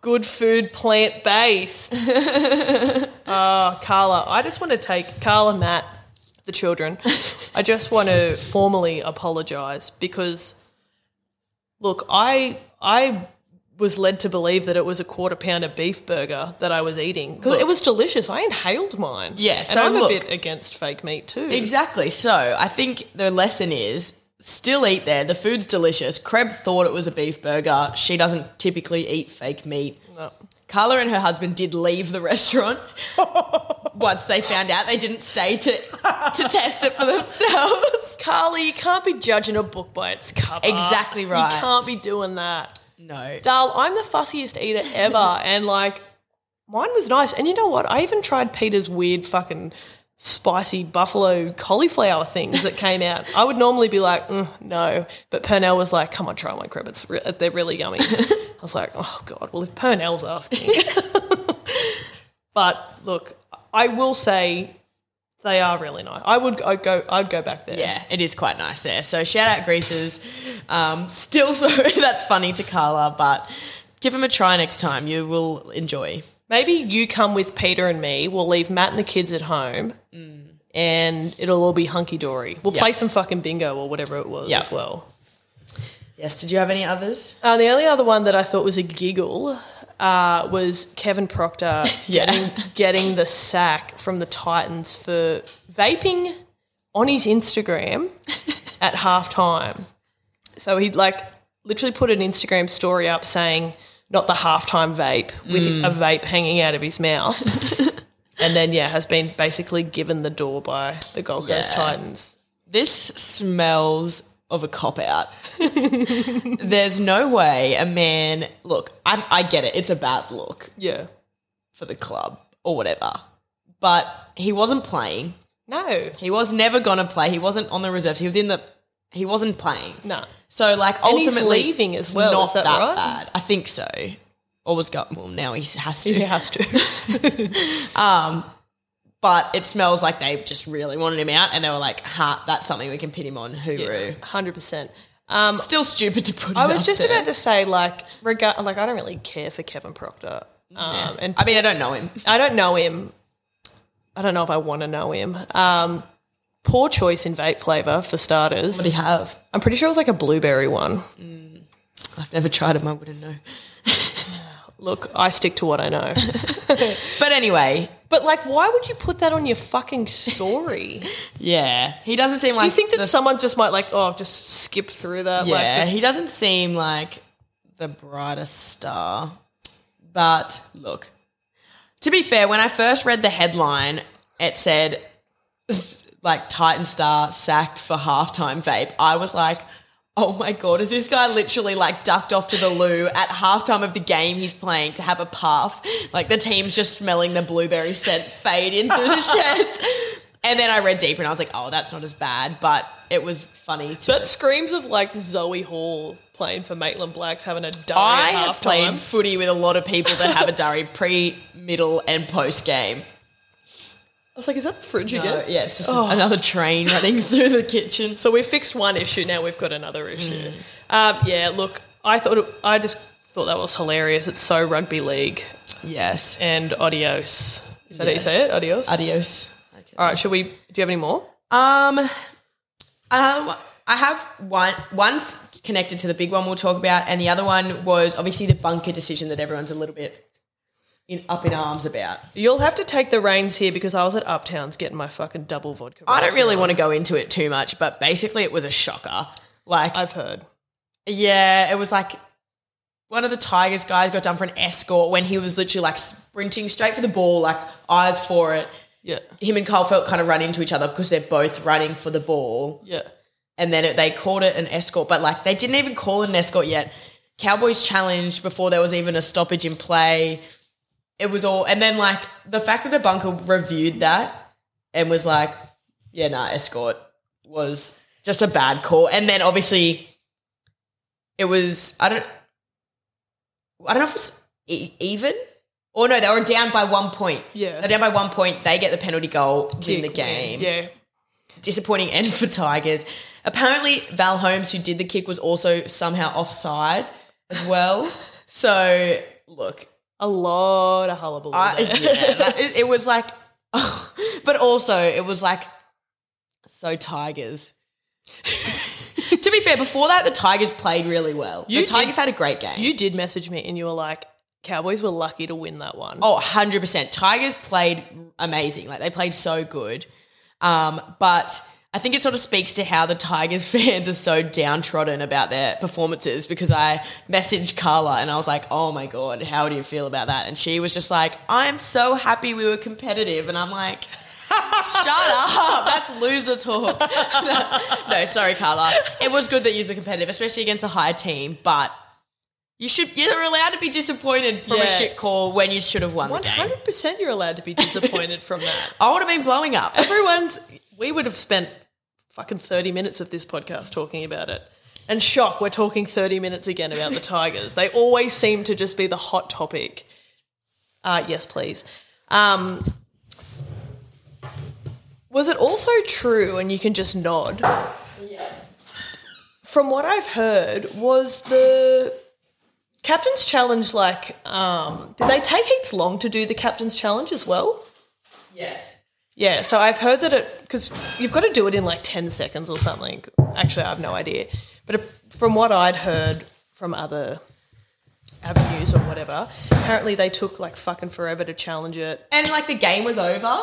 S1: Good food, plant based. oh, Carla, I just want to take Carla, Matt, the children. I just want to formally apologise because, look, I I was led to believe that it was a quarter pound of beef burger that I was eating because it was delicious. I inhaled mine.
S2: Yeah,
S1: and
S2: so
S1: I'm
S2: look-
S1: a bit against fake meat too.
S2: exactly. So I think the lesson is Still eat there. The food's delicious. Kreb thought it was a beef burger. She doesn't typically eat fake meat.
S1: No.
S2: Carla and her husband did leave the restaurant once they found out they didn't stay to, to test it for themselves.
S1: Carly, you can't be judging a book by its cover.
S2: Exactly right.
S1: You can't be doing that.
S2: No.
S1: Darl, I'm the fussiest eater ever, and like mine was nice. And you know what? I even tried Peter's weird fucking spicy buffalo cauliflower things that came out. I would normally be like, mm, no, but Purnell was like, come on, try my crab. It's re- they're really yummy. I was like, oh god. Well, if Purnell's asking, but look, I will say they are really nice. I would I'd go. I'd go back there.
S2: Yeah, it is quite nice there. So shout out Greases. Um, still so that's funny to Carla, but give them a try next time. You will enjoy.
S1: Maybe you come with Peter and me. We'll leave Matt and the kids at home, and it'll all be hunky dory. We'll play some fucking bingo or whatever it was
S2: Yeah.
S1: as well.
S2: Yes, did you have any others?
S1: Uh, the only other one that I thought was a giggle uh, was Kevin Proctor
S2: Yeah.
S1: getting, getting the sack from the Titans for vaping on his Instagram at halftime. So he like literally put an Instagram story up saying not the halftime vape with
S2: Mm.
S1: a vape hanging out of his mouth. and then yeah, has been basically given the door by the Gold Coast
S2: Yeah.
S1: Titans.
S2: This smells of a cop out. There's no way a man look, I, I get it, it's a bad look
S1: Yeah.
S2: for the club or whatever. But he wasn't playing.
S1: No.
S2: He was never gonna play. He wasn't on the reserves. He was in the he wasn't playing.
S1: No.
S2: So like
S1: And he's
S2: ultimately
S1: leaving as
S2: it's
S1: well,
S2: Not
S1: is that right?
S2: bad. I think so. Or was go well now he has to.
S1: He has to.
S2: But it smells like they just really wanted him out and they were like, ha, that's something we can pin him on, hooroo.
S1: Hundred percent.
S2: Still stupid to put
S1: I
S2: it
S1: was
S2: out
S1: just
S2: there.
S1: about to say, like, regard, like I don't really care for Kevin Proctor, um, and
S2: I mean, I don't know him.
S1: I don't know him. I don't know if I want to know him. Um, poor choice in vape flavor for starters.
S2: What do you have?
S1: I'm pretty sure it was like a blueberry one.
S2: I've never tried him, I wouldn't know.
S1: Look, I stick to what I know.
S2: But anyway,
S1: but like, why would you put that on your fucking story?
S2: yeah. He doesn't seem like
S1: Do you think that
S2: the-
S1: someone just might like, oh, just skip through that?
S2: Yeah,
S1: like, just,
S2: he doesn't seem like the brightest star. But look, to be fair, when I first read the headline, it said like Titan star sacked for halftime vape. I was like, oh my god, is this guy literally like ducked off to the loo at halftime of the game he's playing to have a puff? Like the team's just smelling the blueberry scent fade in through the sheds. And then I read deeper and I was like, oh, that's not as bad, but it was funny to
S1: that screams of like Zoe Hall playing for Maitland Blacks having a diary
S2: I
S1: at
S2: have
S1: halftime.
S2: played footy with a lot of people that have a durry pre, middle, and post game.
S1: I was like, is that the fridge
S2: No,
S1: again?
S2: yeah, it's just another train running through the kitchen.
S1: So we've fixed one issue. Now we've got another issue.
S2: Mm.
S1: Um, yeah, look, I thought it, I just thought that was hilarious. It's so rugby league
S2: Yes.
S1: and adios. Is that
S2: Yes.
S1: how you say it? Adios.
S2: Adios.
S1: All right. Should we? Do you have any more?
S2: Um, another one- I have one. One's connected to the big one we'll talk about, and the other one was obviously the bunker decision that everyone's a little bit in up in arms about.
S1: You'll have to take the reins here because I was at Uptowns getting my fucking double vodka.
S2: I don't
S1: raspberry.
S2: really want to go into it too much, but basically, it was a shocker. Like
S1: I've heard.
S2: Yeah, it was like one of the Tigers guys got done for an escort when he was literally like sprinting straight for the ball, like eyes for it.
S1: Yeah.
S2: Him and Cole felt kind of run into each other because they're both running for the ball.
S1: Yeah.
S2: And then it, they called it an escort, but like they didn't even call it an escort yet. Cowboys challenged before there was even a stoppage in play. It was all, and then like the fact that the bunker reviewed that and was like, yeah, nah, escort was just a bad call. And then obviously it was I don't I don't know if it was e- even or no they were down by one point.
S1: Yeah.
S2: they're down by one point. They get the penalty goal in the
S1: Kick,
S2: game.
S1: Yeah.
S2: disappointing end for Tigers. Apparently Val Holmes, who did the kick, was also somehow offside as well. so look,
S1: A lot of hullabaloo.
S2: I,
S1: there.
S2: yeah, that- it, it was like, but also it was like, so Tigers. to be fair, before that, the Tigers played really well.
S1: You
S2: the
S1: did-
S2: Tigers had a great game.
S1: You did message me and you were like, Cowboys were lucky to win that one.
S2: Oh, 100%. Tigers played amazing. Like, they played so good. Um, but I think it sort of speaks to how the Tigers fans are so downtrodden about their performances because I messaged Carla and I was like, oh my God, how do you feel about that? And she was just like, I'm so happy we were competitive. And I'm like, shut up. That's loser talk. no, sorry, Carla. It was good that you were competitive, especially against a high team, but you should, you're allowed to be disappointed from a
S1: Yeah.
S2: shit call when you should have won the
S1: One
S2: game.
S1: hundred percent, you're allowed to be disappointed from that.
S2: I would have been blowing up.
S1: Everyone's. We would have spent fucking thirty minutes of this podcast talking about it. And shock, we're talking thirty minutes again about the Tigers. They always seem to just be the hot topic. Uh, yes, please. Um, was it also true? And you can just nod. Yeah. From what I've heard, was the captain's challenge like? Um, did they take heaps long to do the captain's challenge as well?
S2: Yes.
S1: Yeah, so I've heard that it because you've got to do it in like ten seconds or something. Actually, I have no idea, but it- from what I'd heard from other avenues or whatever, apparently they took like fucking forever to challenge it.
S2: And like the game was over.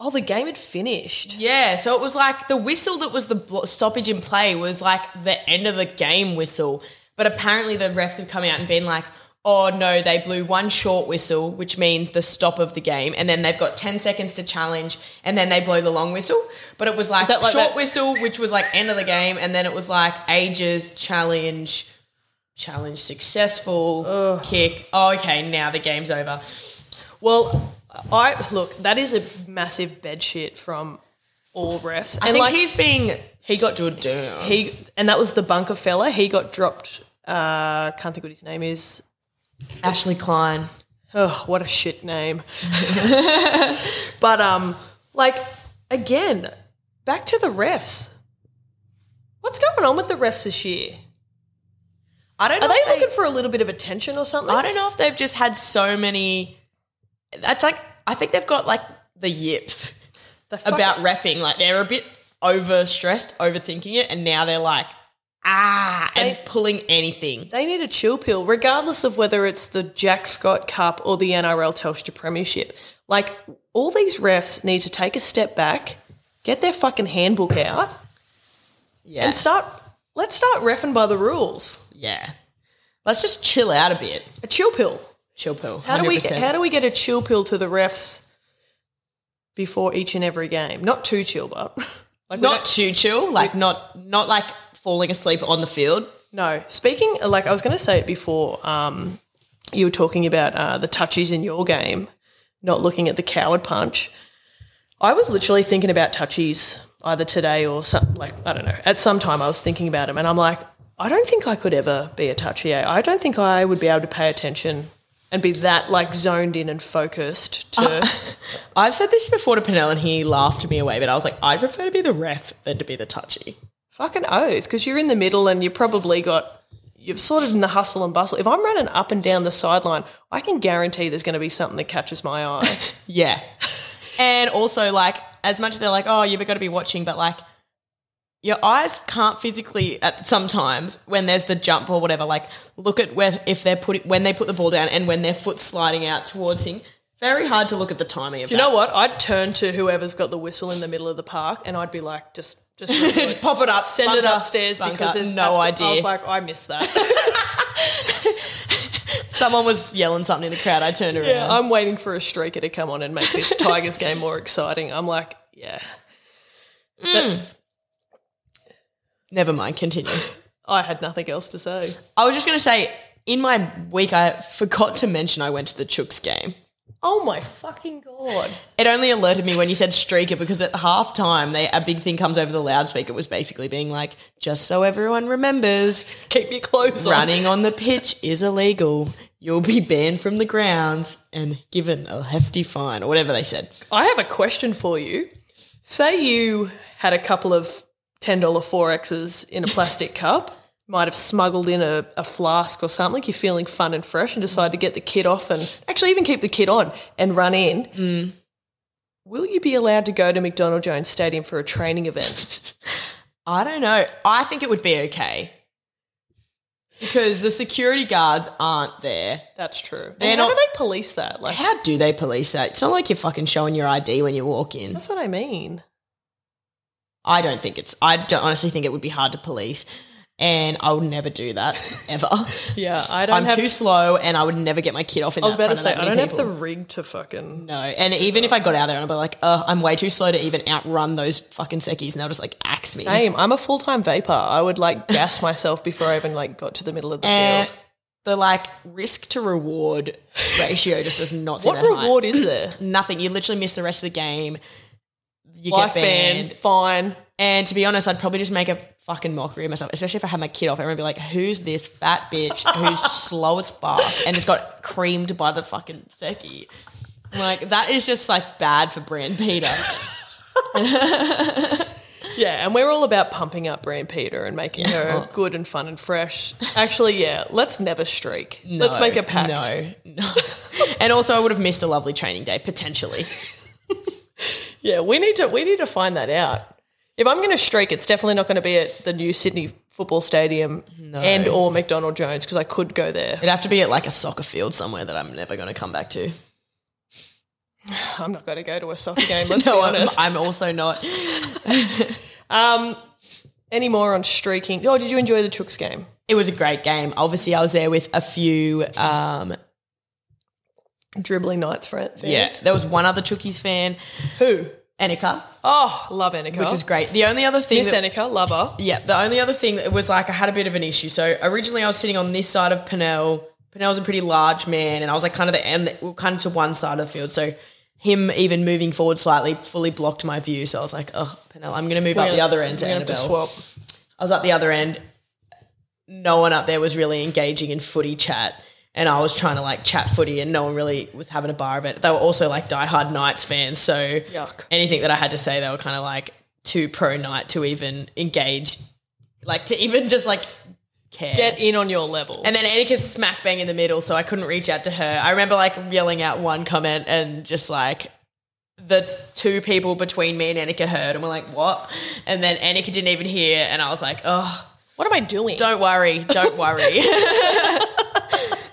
S1: Oh, the game had finished.
S2: Yeah, so it was like the whistle that was the blo- stoppage in play was like the end of the game whistle. But apparently the refs have come out and been like, oh no, they blew one short whistle, which means the stop of the game. And then they've got 10 seconds to challenge and then they blow the long whistle. But it was like,
S1: that like
S2: short
S1: that-
S2: whistle, which was like end of the game. And then it was like ages, challenge, challenge successful, kick. Oh, okay, now the game's over.
S1: Well, I look that is a massive bed shit from all refs.
S2: I
S1: and
S2: think
S1: like
S2: he's being, he got jawed down.
S1: he and that was the bunker fella. He got dropped. Uh, can't think what his name is.
S2: Ashley Klein.
S1: Oh, what a shit name. but um like again, back to the refs. What's going on with the refs this year?
S2: I don't
S1: Are
S2: know.
S1: they
S2: if
S1: looking for a little bit of attention or something?
S2: I don't know if they've just had so many. That's like I think they've got like the yips
S1: The fuck-
S2: about refing. Like they're a bit overstressed, overthinking it, and now they're like ah and
S1: They-
S2: pulling anything.
S1: they need a chill pill, regardless of whether it's the Jack Scott Cup or the NRL Telstra Premiership. Like all these refs need to take a step back, get their fucking handbook out,
S2: Yeah,
S1: and start let's start refing by the rules.
S2: yeah. Let's just chill out a bit.
S1: A chill pill.
S2: Chill pill.
S1: How do we
S2: 100%.
S1: how do we get a chill pill to the refs before each and every game? Not too chill, but like we
S2: not
S1: don't-
S2: too chill? Like not not like falling asleep on the field.
S1: no. Speaking like I was going to say it before. Um, you were talking about uh, the touches in your game, not looking at the coward punch. I was literally thinking about touchies either today or some, like I don't know. At some time, I was thinking about them, and I'm like, I don't think I could ever be a touchy. eh? I don't think I would be able to pay attention and be that like zoned in and focused to.
S2: I've said this before to Penel and he laughed me away, but I was like, I prefer to be the ref than to be the touchy.
S1: Fucking oath, because you're in the middle and you probably got you've sort of in the hustle and bustle. If I'm running up and down the sideline, I can guarantee there's going to be something that catches my eye.
S2: Yeah. and also, like, as much as they're like, oh, you've got to be watching, but like, your eyes can't physically at sometimes when there's the jump or whatever. Like, look at where if they're put when they put the ball down and when their foot's sliding out towards him. Very hard to look at the timing of
S1: Do you know what? I'd turn to whoever's got the whistle in the middle of the park and I'd be like, just just redo it.
S2: Pop it up,
S1: send it
S2: bunker,
S1: upstairs
S2: bunker,
S1: because there's
S2: no
S1: abso- I
S2: idea.
S1: was like, I missed that.
S2: Someone was yelling something in the crowd. I turned around.
S1: Yeah, I'm waiting for a streaker to come on and make this Tigers game more exciting. I'm like, yeah.
S2: Never mind. Continue.
S1: I had nothing else to say.
S2: I was just gonna say, in my week, I forgot to mention I went to the Chooks game.
S1: Oh my fucking god.
S2: It only alerted me when you said streaker because at halftime, they a big thing comes over the loudspeaker. It was basically being like, just so everyone remembers,
S1: Keep your clothes on.
S2: running on the pitch is illegal. You'll be banned from the grounds and given a hefty fine or whatever they said.
S1: I have a question for you. Say you had a couple of $10 4Xs in a plastic cup, might have smuggled in a, a flask or something, you're feeling fun and fresh and decide to get the kit off and actually even keep the kit on and run in. Will you be allowed to go to McDonald Jones Stadium for a training event?
S2: I don't know. I think it would be okay because the security guards aren't there.
S1: That's true. And
S2: They're
S1: how
S2: not-
S1: do they police that? Like,
S2: How do they police that? It's not like you're fucking showing your ID when you walk in.
S1: that's what I mean.
S2: I don't think it's. I don't honestly think it would be hard to police, and I would never do that ever.
S1: Yeah, I don't
S2: I'm
S1: have.
S2: too slow, and I would never get my kid off in.
S1: I was
S2: that
S1: about to
S2: front of
S1: say I
S2: that many
S1: don't have
S2: people.
S1: the rig to fucking.
S2: No, and even if I got out there and I'd be like, uh, I'm way too slow to even outrun those fucking seckies, and they'll just like axe me.
S1: Same. I'm a full time vapor. I would like gas myself before I even like got to the middle of the
S2: And
S1: field.
S2: Eh, the like risk to reward ratio just does not. seem
S1: What
S2: that high.
S1: reward is there?
S2: Nothing. You literally miss the rest of the game. You
S1: Life
S2: get
S1: ban,
S2: banned.
S1: fine.
S2: And to be honest, I'd probably just make a fucking mockery of myself, especially if I had my kid off. Everyone would be like, who's this fat bitch who's slow as fuck and just got creamed by the fucking Seki? Like, that is just like bad for Brand Peter.
S1: Yeah, and we're all about pumping up Brand Peter and making
S2: Oh.
S1: her good and fun and fresh. Actually, yeah, let's never streak. let's
S2: No,
S1: make a pact.
S2: No, no. and also, I would have missed a lovely training day, potentially.
S1: Yeah, we need to we need to find that out. If I'm going to streak, it's definitely not going to be at the new Sydney Football Stadium and or McDonald Jones because I could go there.
S2: It'd have to be at like a soccer field somewhere that I'm never going to come back to.
S1: I'm not going to go to a soccer game. Let's
S2: No,
S1: be
S2: I'm,
S1: honest.
S2: I'm also not.
S1: Any more on streaking? Oh, did you enjoy the Chooks game?
S2: It was a great game. Obviously, I was there with a few um,
S1: Dribbling Knights fran- fans.
S2: Yeah, there was one other Chookies fan,
S1: Who?
S2: Annika,
S1: Oh, love Annika.
S2: which is great. The only other thing,
S1: Miss
S2: that-
S1: Annika, love her.
S2: yeah, the only other thing that was like I had a bit of an issue. So originally I was sitting on this side of Pinnell. Pinnell's a pretty large man, and I was like kind of the end, kind of to one side of the field. So him even moving forward slightly fully blocked my view. So I was like, oh, Pinnell, I'm going to move up the other end to
S1: We're gonna have
S2: Annabelle.
S1: to swap.
S2: I was up the other end. No one up there was really engaging in footy chat. And I was trying to like chat footy, and no one really was having a bar of it. They were also like diehard Knights fans. So
S1: Yuck.
S2: anything that I had to say, they were kind of like too pro Knight to even engage, like to even just like care.
S1: Get in on your level.
S2: and then Annika's smack bang in the middle, so I couldn't reach out to her. I remember like yelling out one comment and just like the two people between me and Annika heard and were like, what? And then Annika didn't even hear, and I was like, oh.
S1: what am I doing?
S2: Don't worry, don't worry.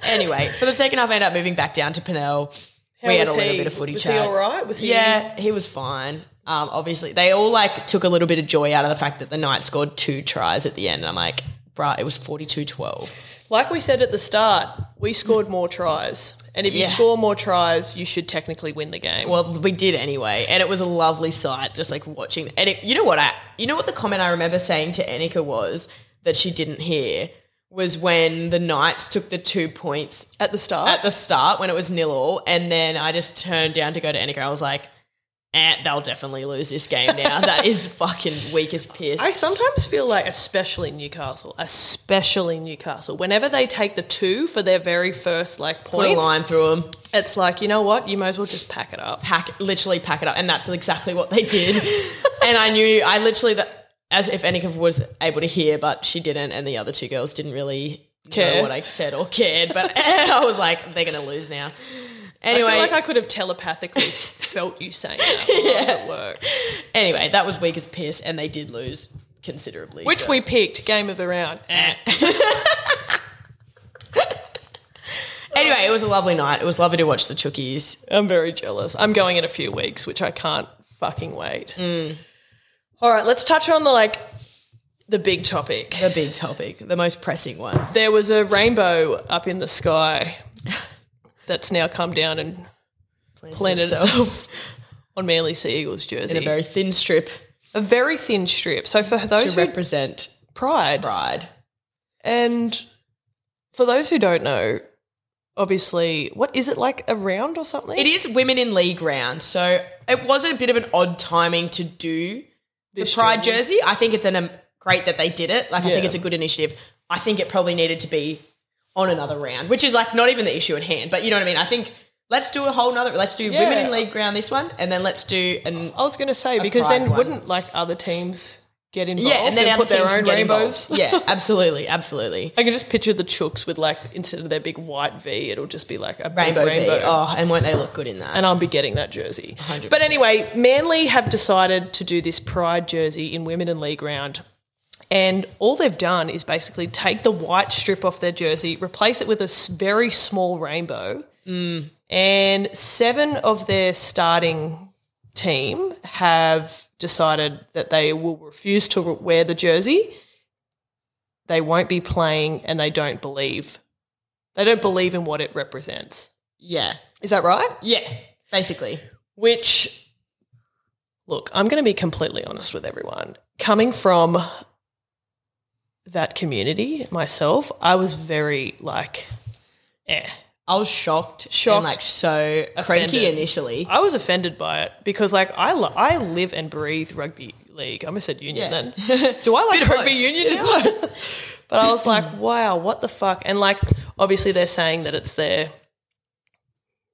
S2: anyway, for the second half, I ended up moving back down to Pinnell.
S1: How
S2: we had a
S1: was
S2: little
S1: he?
S2: bit of footy
S1: was
S2: chat.
S1: he all right? Was he?
S2: Yeah, he was fine. Um, obviously, they all like took a little bit of joy out of the fact that the Knights scored two tries at the end. And I'm like, bruh, it was 42-12.
S1: Like we said at the start, we scored more tries, and if you
S2: Yeah.
S1: score more tries, you should technically win the game.
S2: Well, we did anyway, and it was a lovely sight, just like watching. And it, you know what? I you know what the comment I remember saying to Annika was that she didn't hear was when the Knights took the two points
S1: at the start,
S2: at the start when it was nil all, and then I just turned down to go to Annika. I was like, eh, they'll definitely lose this game now. that is fucking weak as piss.
S1: I sometimes feel like, especially Newcastle, especially Newcastle, whenever they take the two for their very first like
S2: Put a
S1: points,
S2: line through them,
S1: it's like you know what, you might as well just pack it up.
S2: pack literally pack it up, and that's exactly what they did. and I knew I literally that as if Annika was able to hear, but she didn't, and the other two girls didn't really
S1: Care.
S2: know what I said or cared. But I was like, they're gonna lose now.
S1: I
S2: Anyway,
S1: feel like I could have telepathically felt you saying that while I was at work,
S2: anyway, that was weak as piss, and they did lose considerably.
S1: which
S2: so-
S1: we picked game of the round. Eh.
S2: anyway, it was a lovely night. It was lovely to watch the Chookies.
S1: I'm very jealous. I'm going in a few weeks, which I can't fucking wait.
S2: Mm.
S1: All right, let's touch on the like the big topic.
S2: The big topic, the most pressing one.
S1: There was a rainbow up in the sky that's now come down and planted itself on Manly Sea Eagles jersey.
S2: in a very thin strip
S1: A very thin strip. So for
S2: to
S1: those who
S2: represent
S1: pride,
S2: pride.
S1: and for those who don't know, obviously, what is it like a round or something?
S2: It is women in league round, so it was a bit of an odd timing to do the pride jersey. I think it's an um, great that they did it. Like I
S1: Yeah.
S2: think it's a good initiative. I think it probably needed to be on another round, which is like not even the issue at hand. But you know what I mean. I think let's do a whole nother. Let's do women
S1: Yeah. Oh,
S2: in league round this one, and then let's do an
S1: I was going to say because then
S2: pride one.
S1: wouldn't like other teams get involved?
S2: yeah, and then
S1: put their
S2: other teams
S1: own
S2: can get
S1: rainbows.
S2: involved. Yeah, absolutely, absolutely.
S1: I can just picture the chooks with like instead of their big white V, it'll just be like a
S2: Rainbow,
S1: big rainbow.
S2: V. Oh, and won't they look good in that?
S1: And I'll be getting that jersey.
S2: 100%.
S1: But anyway, Manly have decided to do this pride jersey in Women in League round. And all they've done is basically take the white strip off their jersey, replace it with a s- very small rainbow. And seven of their starting team have decided that they will refuse to wear the jersey. They won't be playing, and they don't believe. They don't believe in what it represents.
S2: Yeah.
S1: Is that right?
S2: Yeah. Basically.
S1: Which, look, I'm going to be completely honest with everyone. Coming from that community myself, I was very like, eh.
S2: I was shocked,
S1: Shocked.
S2: and like so
S1: Offended.
S2: cranky initially.
S1: I was offended by it because, like, I lo- I live and breathe rugby league. I almost said union
S2: Yeah.
S1: then. Do I like
S2: of
S1: rugby
S2: both.
S1: union? now? but I was like, wow, what the fuck? And like, obviously, they're saying that it's their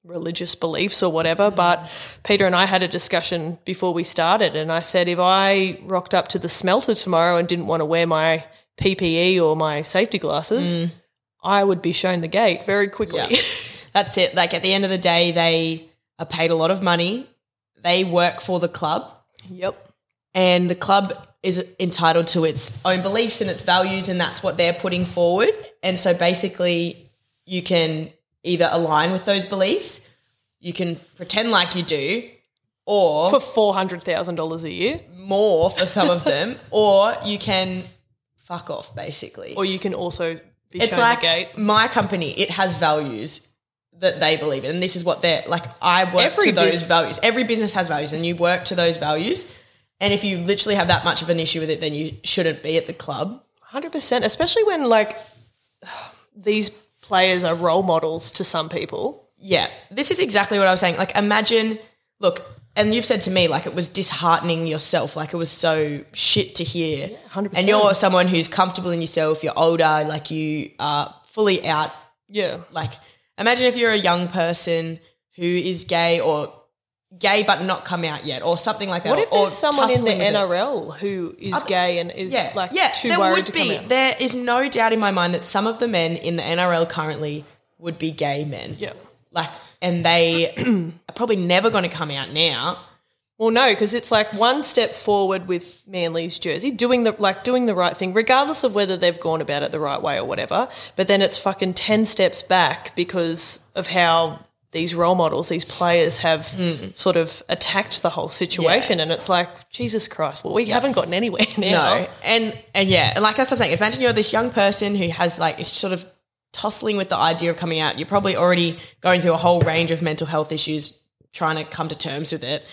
S1: religious beliefs or whatever.
S2: Mm-hmm.
S1: But Peter and I had a discussion before we started, and I said if I rocked up to the smelter tomorrow and didn't want to wear my PPE or my safety glasses, I would be shown the gate very quickly.
S2: Mm. Yeah. That's it. Like at the end of the day, they are paid a lot of money. They work for the club,
S1: yep.
S2: and the club is entitled to its own beliefs and its values, and that's what they're putting forward. And so basically, you can either align with those beliefs, you can pretend like you do, or
S1: For four hundred thousand dollars a year.
S2: more for some of them, or you can fuck off basically.
S1: or you can also be
S2: it's
S1: shown
S2: like
S1: the gate.
S2: my company, it has values that they believe in. And this is what they're like I work
S1: Every
S2: to those
S1: bus-
S2: values. Every business has values and you work to those values. And if you literally have that much of an issue with it, then you shouldn't be at the club.
S1: Hundred percent, especially when like these players are role models to some people.
S2: Yeah. This is exactly what I was saying. Like imagine look, and you've said to me like it was disheartening yourself, like it was so shit to hear.
S1: 100%.
S2: And you're someone who's comfortable in yourself, you're older, like you are fully out
S1: Yeah,
S2: like imagine if you're a young person who is gay or gay but not come out yet or something like that
S1: what if
S2: or, or
S1: there's someone in the
S2: tussling with it.
S1: NRL who is gay and is
S2: yeah
S1: like
S2: yeah
S1: too
S2: there
S1: worried
S2: would
S1: to
S2: be
S1: come out?
S2: there is no doubt in my mind that some of the men in the NRL currently would be gay men
S1: yeah.
S2: like and they are probably never going to come out now
S1: Well, no, because it's like one step forward with Manly's jersey, doing the like doing the right thing, regardless of whether they've gone about it the right way or whatever. But then it's fucking ten steps back because of how these role models, these players, have sort of attacked the whole situation, and it's like Jesus Christ, well, we haven't gotten anywhere now.
S2: No, and and yeah, and like that's what I'm saying. Imagine you're this young person who has like is sort of tussling with the idea of coming out. You're probably already going through a whole range of mental health issues, trying to come to terms with it,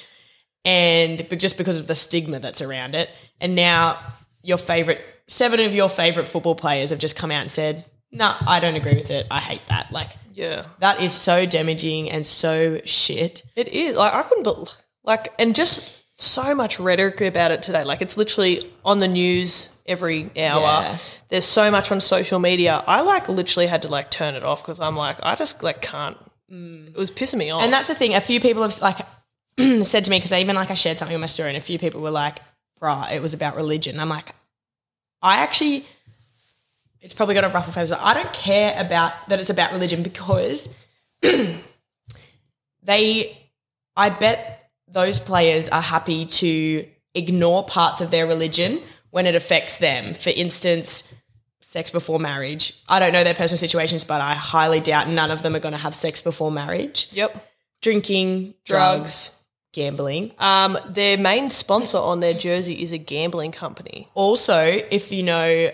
S2: and but just because of the stigma that's around it, and now your favorite seven of your favorite football players have just come out and said, "No, I don't agree with it. I hate that." Like
S1: Yeah,
S2: that is so damaging and so shit.
S1: It is. Like I couldn't bel like and just so much rhetoric about it today. Like it's literally on the news every hour.
S2: Yeah.
S1: There's so much on social media. I like literally had to like turn it off because I'm like I just like can't. It was pissing me off.
S2: Mm. And that's the thing. A few people have like said to me because even like I shared something on my story, and a few people were like, "Bruh, it was about religion." I'm like, I actually, it's probably going to ruffle feathers, but I don't care about that. It's about religion because they, I bet those players are happy to ignore parts of their religion when it affects them. For instance sex before marriage. I don't know their personal situations, but I highly doubt none of them are going to have sex before marriage.
S1: yep.
S2: Drinking, drugs, gambling. Uh,
S1: Um, their main sponsor on their jersey is a gambling company.
S2: Also, if you know,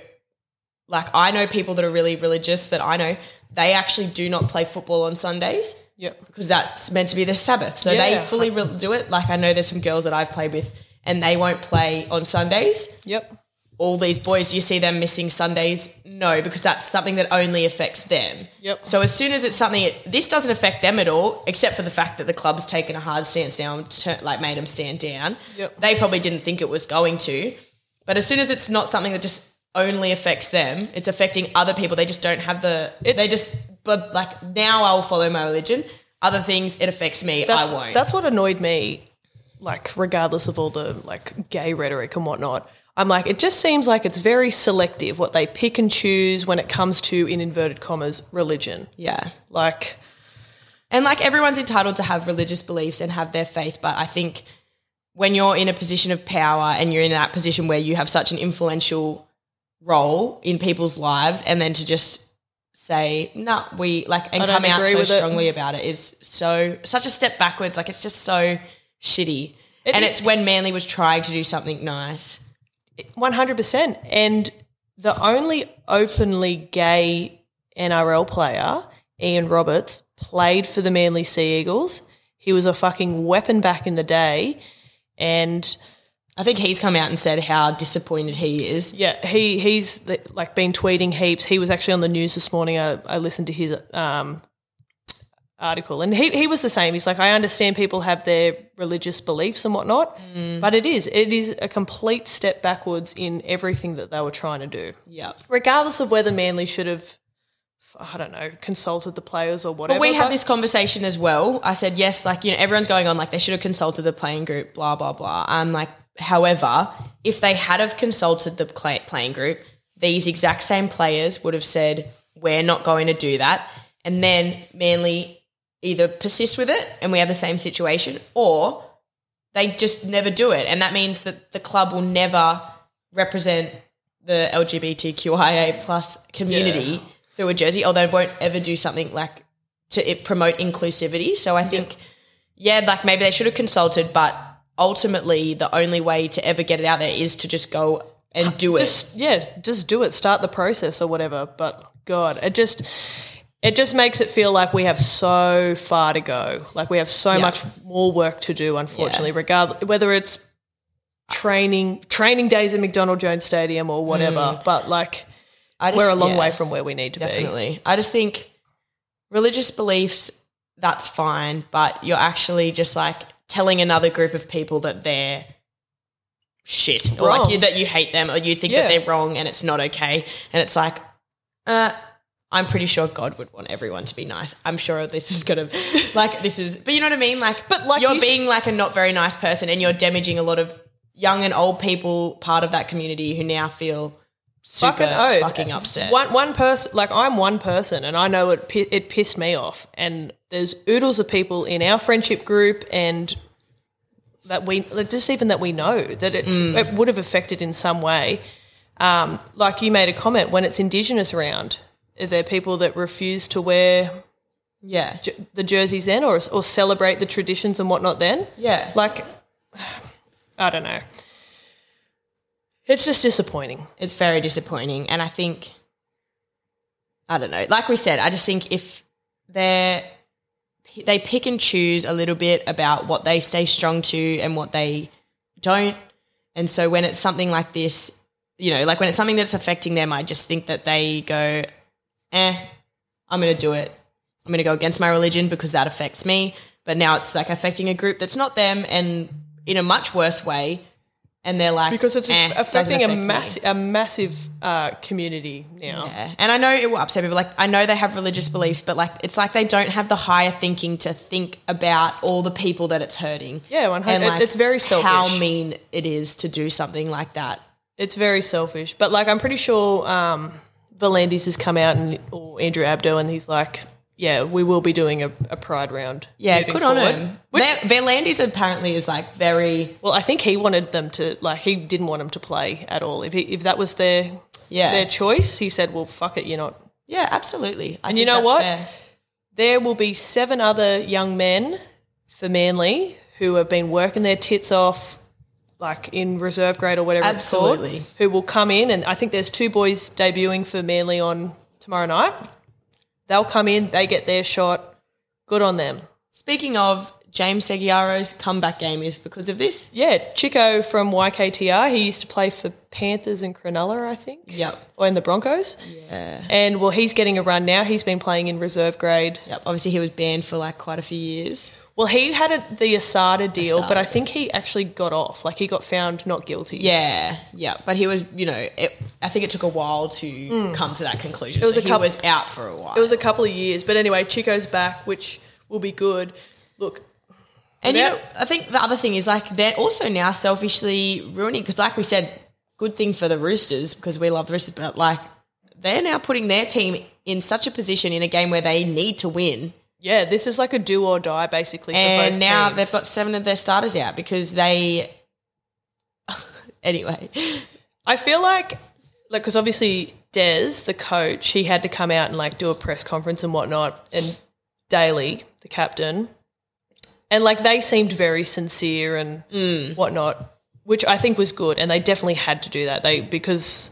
S2: like I know people that are really religious that I know, they actually do not play football on Sundays
S1: Yep.
S2: because that's meant to be their Sabbath. So
S1: Yeah.
S2: they fully re- do it. Like I know there's some girls that I've played with and they won't play on Sundays.
S1: Yep.
S2: all these boys, you see them missing Sundays? No, because that's something that only affects them.
S1: Yep.
S2: So as soon as it's something, it, this doesn't affect them at all, except for the fact that the club's taken a hard stance down, tur like made them stand down.
S1: Yep.
S2: They probably didn't think it was going to. But as soon as it's not something that just only affects them, it's affecting other people. They just don't have the,
S1: It's-
S2: they just, but like now I'll follow my religion. Other things, it affects me.
S1: That's,
S2: I won't.
S1: That's what annoyed me. Like, regardless of all the like gay rhetoric and whatnot, I'm like, it just seems like it's very selective what they pick and choose when it comes to in inverted commas religion.
S2: yeah.
S1: Like,
S2: And like everyone's entitled to have religious beliefs and have their faith, but I think when you're in a position of power and you're in that position where you have such an influential role in people's lives, and then to just say, "No, we like," and
S1: I don't
S2: come out
S1: agree
S2: so
S1: with it.
S2: strongly about it is so such a step backwards. Like it's just so shitty. and it's when Manly was trying to do something nice.
S1: One hundred percent. And the only openly gay NRL player, Ian Roberts, played for the Manly Sea Eagles. He was a fucking weapon back in the day, and
S2: I think he's come out and said how disappointed he is.
S1: yeah, he he's like been tweeting heaps. He was actually on the news this morning. I, I listened to his um, article, and he he was the same. He's like, I understand people have their religious beliefs and whatnot,
S2: Mm.
S1: but it is it is a complete step backwards in everything that they were trying to do.
S2: Yep.
S1: regardless of whether Manly should have, I don't know, consulted the players or whatever.
S2: But we had this conversation as well. I said, yes, like, you know, everyone's going on, like, they should have consulted the playing group, blah, blah, blah. I'm like, however, if they had have consulted the play- playing group, these exact same players would have said, we're not going to do that. And then Manly either persist with it and we have the same situation or they just never do it. And that means that the club will never represent the LGBTQIA plus community through a jersey, or they won't ever do something like to it promote inclusivity. So I think, yeah. like maybe they should have consulted, but ultimately the only way to ever get it out there is to just go and do it.
S1: Uh, just yeah, just do it, start the process or whatever. But God, it just it just makes it feel like we have so far to go. Like we have so much more work to do, unfortunately, regardless whether it's training training days at McDonald Jones Stadium or whatever. But like
S2: I just-
S1: we're a long
S2: Mm. yeah.
S1: way from where we need to be.
S2: Definitely. I just think religious beliefs, that's fine, but you're actually just like telling another group of people that they're shit or like
S1: Wrong.
S2: you, that you hate them or you think
S1: Yeah.
S2: that they're wrong and it's not okay. And it's like, uh, I'm pretty sure God would want everyone to be nice. I'm sure this is gonna like this is, but you know what I mean. Like, but
S1: like
S2: you're
S1: you-
S2: being like a not very nice person, and you're damaging a lot of young and old people part of that community who now feel super
S1: fucking oath.
S2: fucking upset.
S1: One one person, like I'm one person, and I know it pi- it pissed me off. And there's oodles of people in our friendship group, and that we like, just even that we know that it's
S2: Mm.
S1: it would have affected in some way. Um, like you made a comment when it's Indigenous round, are there people that refuse to wear
S2: Yeah,
S1: j- the jerseys then, or or celebrate the traditions and whatnot then?
S2: yeah.
S1: Like, I don't know. It's just disappointing.
S2: it's very disappointing. And I think, I don't know, like we said, I just think if they're, they pick and choose a little bit about what they stay strong to and what they don't. And so when it's something like this, you know, like when it's something that's affecting them, I just think that they go, eh, I'm going to do it. I'm going to go against my religion because that affects me. But now it's like affecting a group that's not them and in a much worse way. And they're like,
S1: because it's
S2: eh, doesn't
S1: affecting a,
S2: affect me.
S1: mass- a massive uh, community now.
S2: Yeah. And I know it will upset people. Like I know they have religious beliefs, but like it's like they don't have the higher thinking to think about all the people that it's hurting.
S1: Yeah, 100 it- it's very
S2: How
S1: selfish.
S2: mean it is to do something like that.
S1: It's very selfish. But like, I'm pretty sure um, Valandis has come out and or Andrew Abdo, and he's like, "Yeah, we will be doing a, a pride round."
S2: Yeah,
S1: moving
S2: good on
S1: forward."
S2: him.
S1: Which,
S2: Their, their Landis apparently is like very
S1: well, I think he wanted them to like. He didn't want them to play at all. If he, if that was their
S2: yeah
S1: their choice, he said, "Well, fuck it, you're not."
S2: yeah absolutely. I and
S1: you know what? There will be seven other young men for Manly who have been working their tits off, like in reserve grade or whatever it's
S2: Absolutely.
S1: called, who will come in. And I think there's two boys debuting for Manly on tomorrow night. They'll come in, they get their shot. Good on them.
S2: Speaking of James Seguiaro's comeback game is because of this.
S1: Yeah, Chico from YKTR, he used to play for Panthers and Cronulla, I think.
S2: Yep.
S1: Or in the Broncos.
S2: Yeah.
S1: And well, he's getting a run now. He's been playing in reserve grade.
S2: Yep. Obviously, he was banned for like quite a few years.
S1: Well, he had a, the Asada deal, but I
S2: Asada.
S1: think he actually got off. Like he got found not guilty.
S2: Yeah, yeah, but he was, you know, it, I think it took a while to come to that conclusion. It
S1: Mm. was
S2: was so
S1: a
S2: he
S1: couple-
S2: was out for a while.
S1: it was a couple of years, but anyway, Chico's back, which will be good. Look,
S2: and you
S1: Yeah.
S2: know, I think the other thing is like they're also now selfishly ruining because, like we said, good thing for the Roosters because we love the Roosters, but like they're now putting their team in such a position in a game where they need to win,
S1: yeah, this is like a do or die basically. for
S2: and
S1: both
S2: now
S1: teams.
S2: they've got seven of their starters out because they. anyway,
S1: I feel like, like, because obviously Dez, the coach, he had to come out and like do a press conference and whatnot, and Daly, the captain, And like they seemed very sincere and
S2: Mm.
S1: whatnot, which I think was good. And they definitely had to do that. They because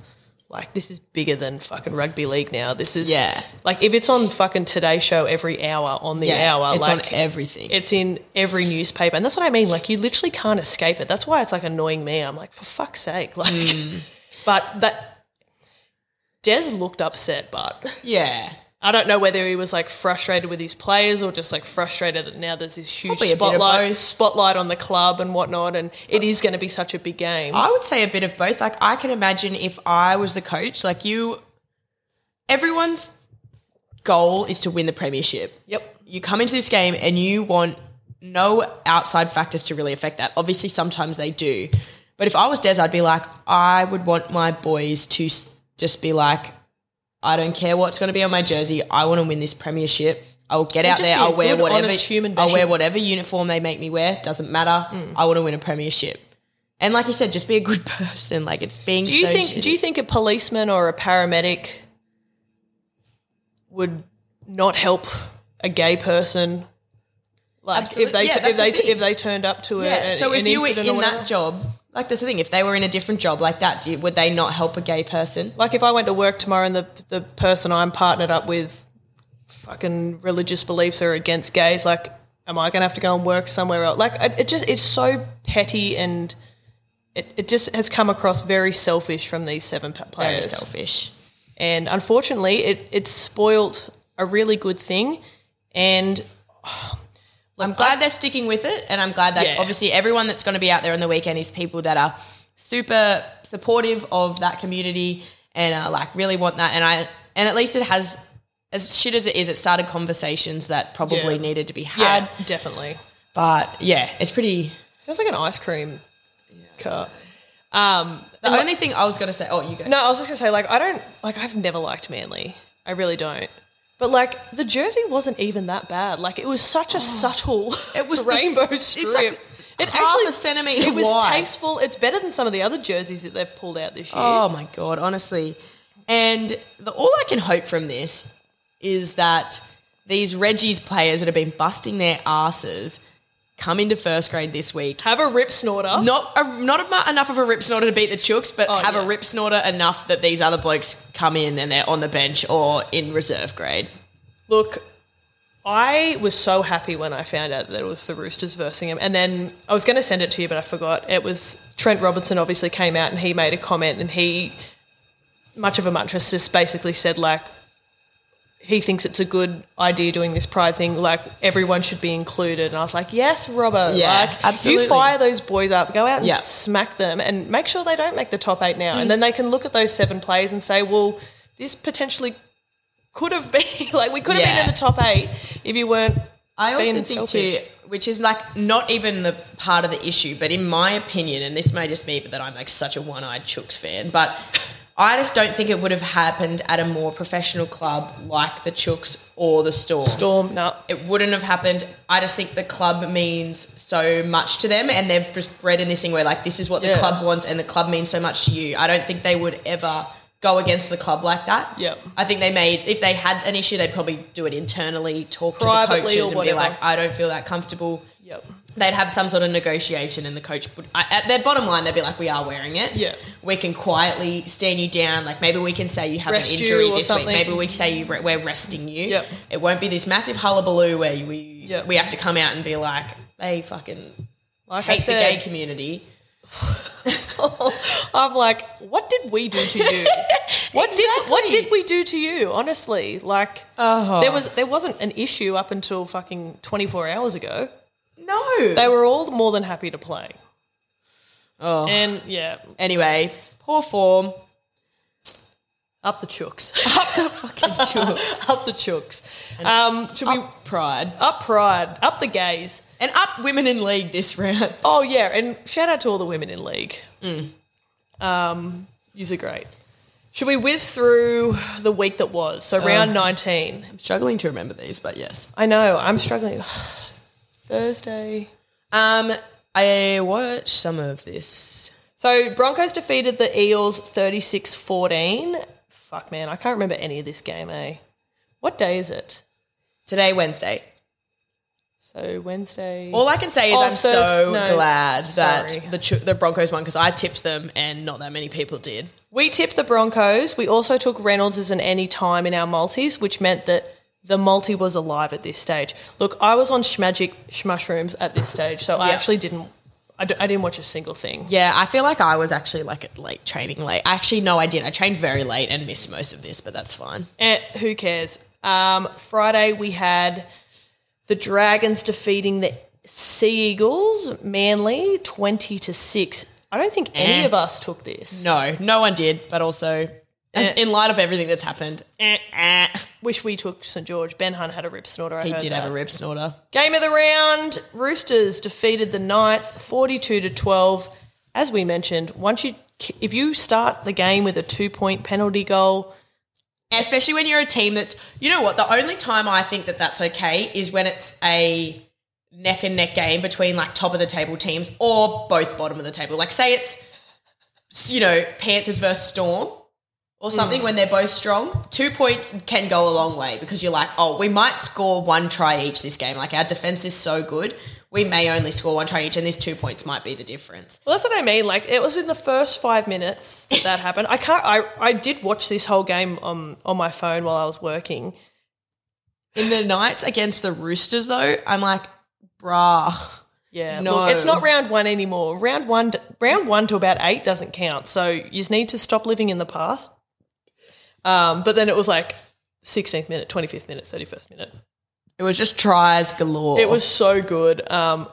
S1: like this is bigger than fucking rugby league now. This is
S2: Yeah.
S1: Like if it's on fucking Today Show every hour on the
S2: Yeah,
S1: hour,
S2: it's
S1: like
S2: on everything.
S1: it's in every newspaper. And that's what I mean. Like you literally can't escape it. That's why it's like annoying me. I'm like, for fuck's sake. Like
S2: Hmm.
S1: but that Des looked upset, but
S2: yeah,
S1: I don't know whether he was like frustrated with his players or just like frustrated that now there's this huge
S2: Probably a bit of
S1: spotlight
S2: both.
S1: spotlight on the club and whatnot and it is gonna be such a big game.
S2: I would say a bit of both. Like I can imagine if I was the coach, like you, everyone's goal is to win the premiership.
S1: yep.
S2: You come into this game and you want no outside factors to really affect that. Obviously, sometimes they do, but if I was Des, I'd be like, I would want my boys to s- just be like, I don't care what's going to be on my jersey. I want to win this premiership. I will get out
S1: just
S2: there.
S1: be a
S2: I'll wear
S1: good,
S2: whatever.
S1: honest human
S2: I'll wear
S1: being.
S2: whatever uniform they make me wear. Doesn't matter. I want to win a premiership. And like you said, just be a good person. Like it's being.
S1: Do you think do you think a policeman or a paramedic would not help a gay person? Like
S2: Absolute-
S1: if they
S2: yeah,
S1: tu-
S2: that's
S1: if they
S2: the
S1: tu-
S2: thing.
S1: if they turned up to a,
S2: Yeah.
S1: a-
S2: So if
S1: an
S2: you were
S1: incident or
S2: in
S1: whatever.
S2: that job, like that's the thing. If they were in a different job like that, do you, would they not help a gay person?
S1: like if I went to work tomorrow and the the person I'm partnered up with fucking religious beliefs are against gays, like am I gonna have to go and work somewhere else? Like it, it just it's so petty and it, it just has come across very selfish from these seven pa-
S2: Very
S1: players.
S2: selfish.
S1: and unfortunately, it it's spoilt a really good thing. And
S2: I'm glad they're sticking with it, and I'm glad that
S1: Yeah.
S2: obviously everyone that's going to be out there on the weekend is people that are super supportive of that community and uh, like really want that. And I and at least it has as shit as it is, it started conversations that probably
S1: Yeah.
S2: needed to be had.
S1: yeah, definitely
S2: But yeah, it's pretty.
S1: sounds like an ice cream car.
S2: The only thing I was going to say. Oh, you go.
S1: No, I was just gonna say like I don't like I've never liked Manly. I really don't. But like the jersey wasn't even that bad. Like it was such a subtle.
S2: Oh. It was the-
S1: rainbow
S2: it's
S1: strip.
S2: like
S1: it
S2: half a centimetre
S1: It was
S2: wide.
S1: tasteful. It's better than some of the other jerseys that they've pulled out this year.
S2: Oh my god, honestly. And the, all I can hope from this is that these Reggie's players that have been busting their asses come into first grade this week
S1: Have a rip snorter.
S2: not a, not a, mu- enough of a rip snorter to beat the chooks, but have
S1: yeah.
S2: a rip snorter enough that these other blokes come in and they're on the bench or in reserve grade.
S1: Look, I was so happy when I found out that it was the Roosters versing him. And then I was going to send it to you, but I forgot. It was Trent Robinson obviously came out and he made a comment and he, much of a muchness, just basically said, like, he thinks it's a good idea doing this pride thing. Like, everyone should be included. And I was like, yes, Robert.
S2: Yeah,
S1: like,
S2: absolutely.
S1: You fire those boys up, go out and
S2: Yeah. Mm.
S1: smack them and make sure they don't make the top eight now. And then they can look at those seven plays and say, well, this potentially could have been like we could have
S2: Yeah.
S1: been in the top eight if you weren't.
S2: I also
S1: Being
S2: think
S1: selfish.
S2: too, which is like not even the part of the issue, but in my opinion, and this may just be that I'm like such a one-eyed Chooks fan, but I just don't think it would have happened at a more professional club like the Chooks or the Storm.
S1: Storm, no.
S2: It wouldn't have happened. I just think the club means so much to them, and they've just bred in this thing where like this is what the
S1: Yeah.
S2: club wants, and the club means so much to you. I don't think they would ever go against the club like that.
S1: Yep.
S2: I think they made if they had an issue, they'd probably do it internally, talk to the
S1: Privately
S2: coaches,
S1: or
S2: and
S1: whatever.
S2: be like, I don't feel that comfortable.
S1: Yep.
S2: They'd have some sort of negotiation, and the coach would. I- At their bottom line, they'd be like, "We are wearing it.
S1: Yeah.
S2: we can quietly stand you down. Like maybe we can say you have
S1: Rest
S2: an
S1: you
S2: injury
S1: or
S2: this
S1: something.
S2: week. Maybe we say you re- we're resting you.
S1: Yep.
S2: It won't be this massive hullabaloo where you- we
S1: Yep.
S2: we have to come out and be like, they fucking
S1: Like I
S2: hate the gay
S1: said,
S2: community.
S1: I'm like, what did we do to you? What did what did we do to you? Honestly, like
S2: Uh-huh.
S1: there was there wasn't an issue up until fucking 24 hours ago.
S2: No.
S1: They were all more than happy to play. Oh, and yeah,
S2: anyway, poor form.
S1: up the chooks, up the fucking chooks, up the chooks. Um, should we
S2: Up pride
S1: up pride, up the gays?
S2: and up women in league this round.
S1: Oh yeah, and shout out to all the women in league. Um, yous are great. Should we whiz through the week that was? So round nineteen.
S2: I'm struggling to remember these, but yes.
S1: I know I'm struggling. Thursday.
S2: Um, I watched some of this.
S1: So Broncos defeated the Eels 36-14. Fuck man, I can't remember any of this game, eh? What day is it?
S2: Today, Wednesday.
S1: So Wednesday.
S2: All I can say is
S1: Oh,
S2: I'm so
S1: Thurs- no,
S2: glad
S1: sorry.
S2: that the Ch- the Broncos won because I tipped them and not that many people did.
S1: we tipped the Broncos. We also took Reynolds as an any time in our multis, which meant that the multi was alive at this stage. Look, I was on schmagic schmushrooms at this stage, so I
S2: Yeah.
S1: actually didn't. I, d- I didn't watch a single thing.
S2: Yeah, I feel like I was actually like at late training late. Actually, no, I did. I trained very late and missed most of this, but that's fine.
S1: Eh, who cares? Um, Friday we had the Dragons defeating the Sea Eagles, Manly, twenty to six. I don't think any
S2: Eh.
S1: of us took this.
S2: No, no one did. But also, eh, in light of everything that's happened, eh, eh.
S1: Wish we took St George. Ben Hunt had a rip snorter. I
S2: he
S1: heard
S2: did
S1: that.
S2: have a rib snorter.
S1: Game of the round: Roosters defeated the Knights, forty-two to twelve. As we mentioned, once you if you start the game with a two-point penalty goal,
S2: especially when you're a team that's you know what the only time i think that that's okay is when it's a neck and neck game between like top of the table teams or both bottom of the table like say it's you know panthers versus storm or something when they're both strong two points can go a long way because you're like oh we might score one try each this game like our defense is so good we may only score one try each and these two points might be the difference
S1: Well, that's what I mean. Like it was in the first five minutes that, that happened. I can't. I I did watch this whole game on on my phone while I was working.
S2: in the knights against the roosters though i'm like brah
S1: Yeah,
S2: No.
S1: look, it's not round one anymore. Round one, round one to about eight doesn't count. So you just need to stop living in the past. Um, but then it was like 16th minute, 25th minute, 31st minute.
S2: It was just tries galore.
S1: It was so good. Um,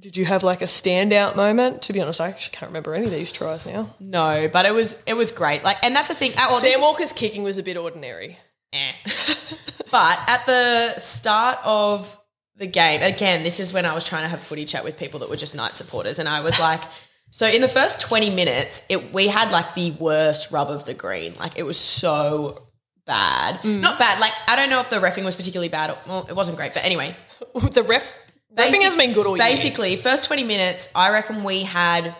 S1: did you have like a standout moment? To be honest, I actually can't remember any of these tries now.
S2: no, but it was it was great. Like, and that's the thing. At, well,
S1: Sam
S2: this-
S1: Walker's kicking was a bit ordinary.
S2: eh. but at the start of the game, again, this is when I was trying to have footy chat with people that were just night supporters, and I was like, so in the first twenty minutes, it we had like the worst rub of the green. Like, it was so bad. Not bad. Like, I don't know if the refing was particularly bad. Or, well, it wasn't great, but anyway,
S1: the refs. Refing has been good all year.
S2: Basically, first 20 minutes, I reckon we had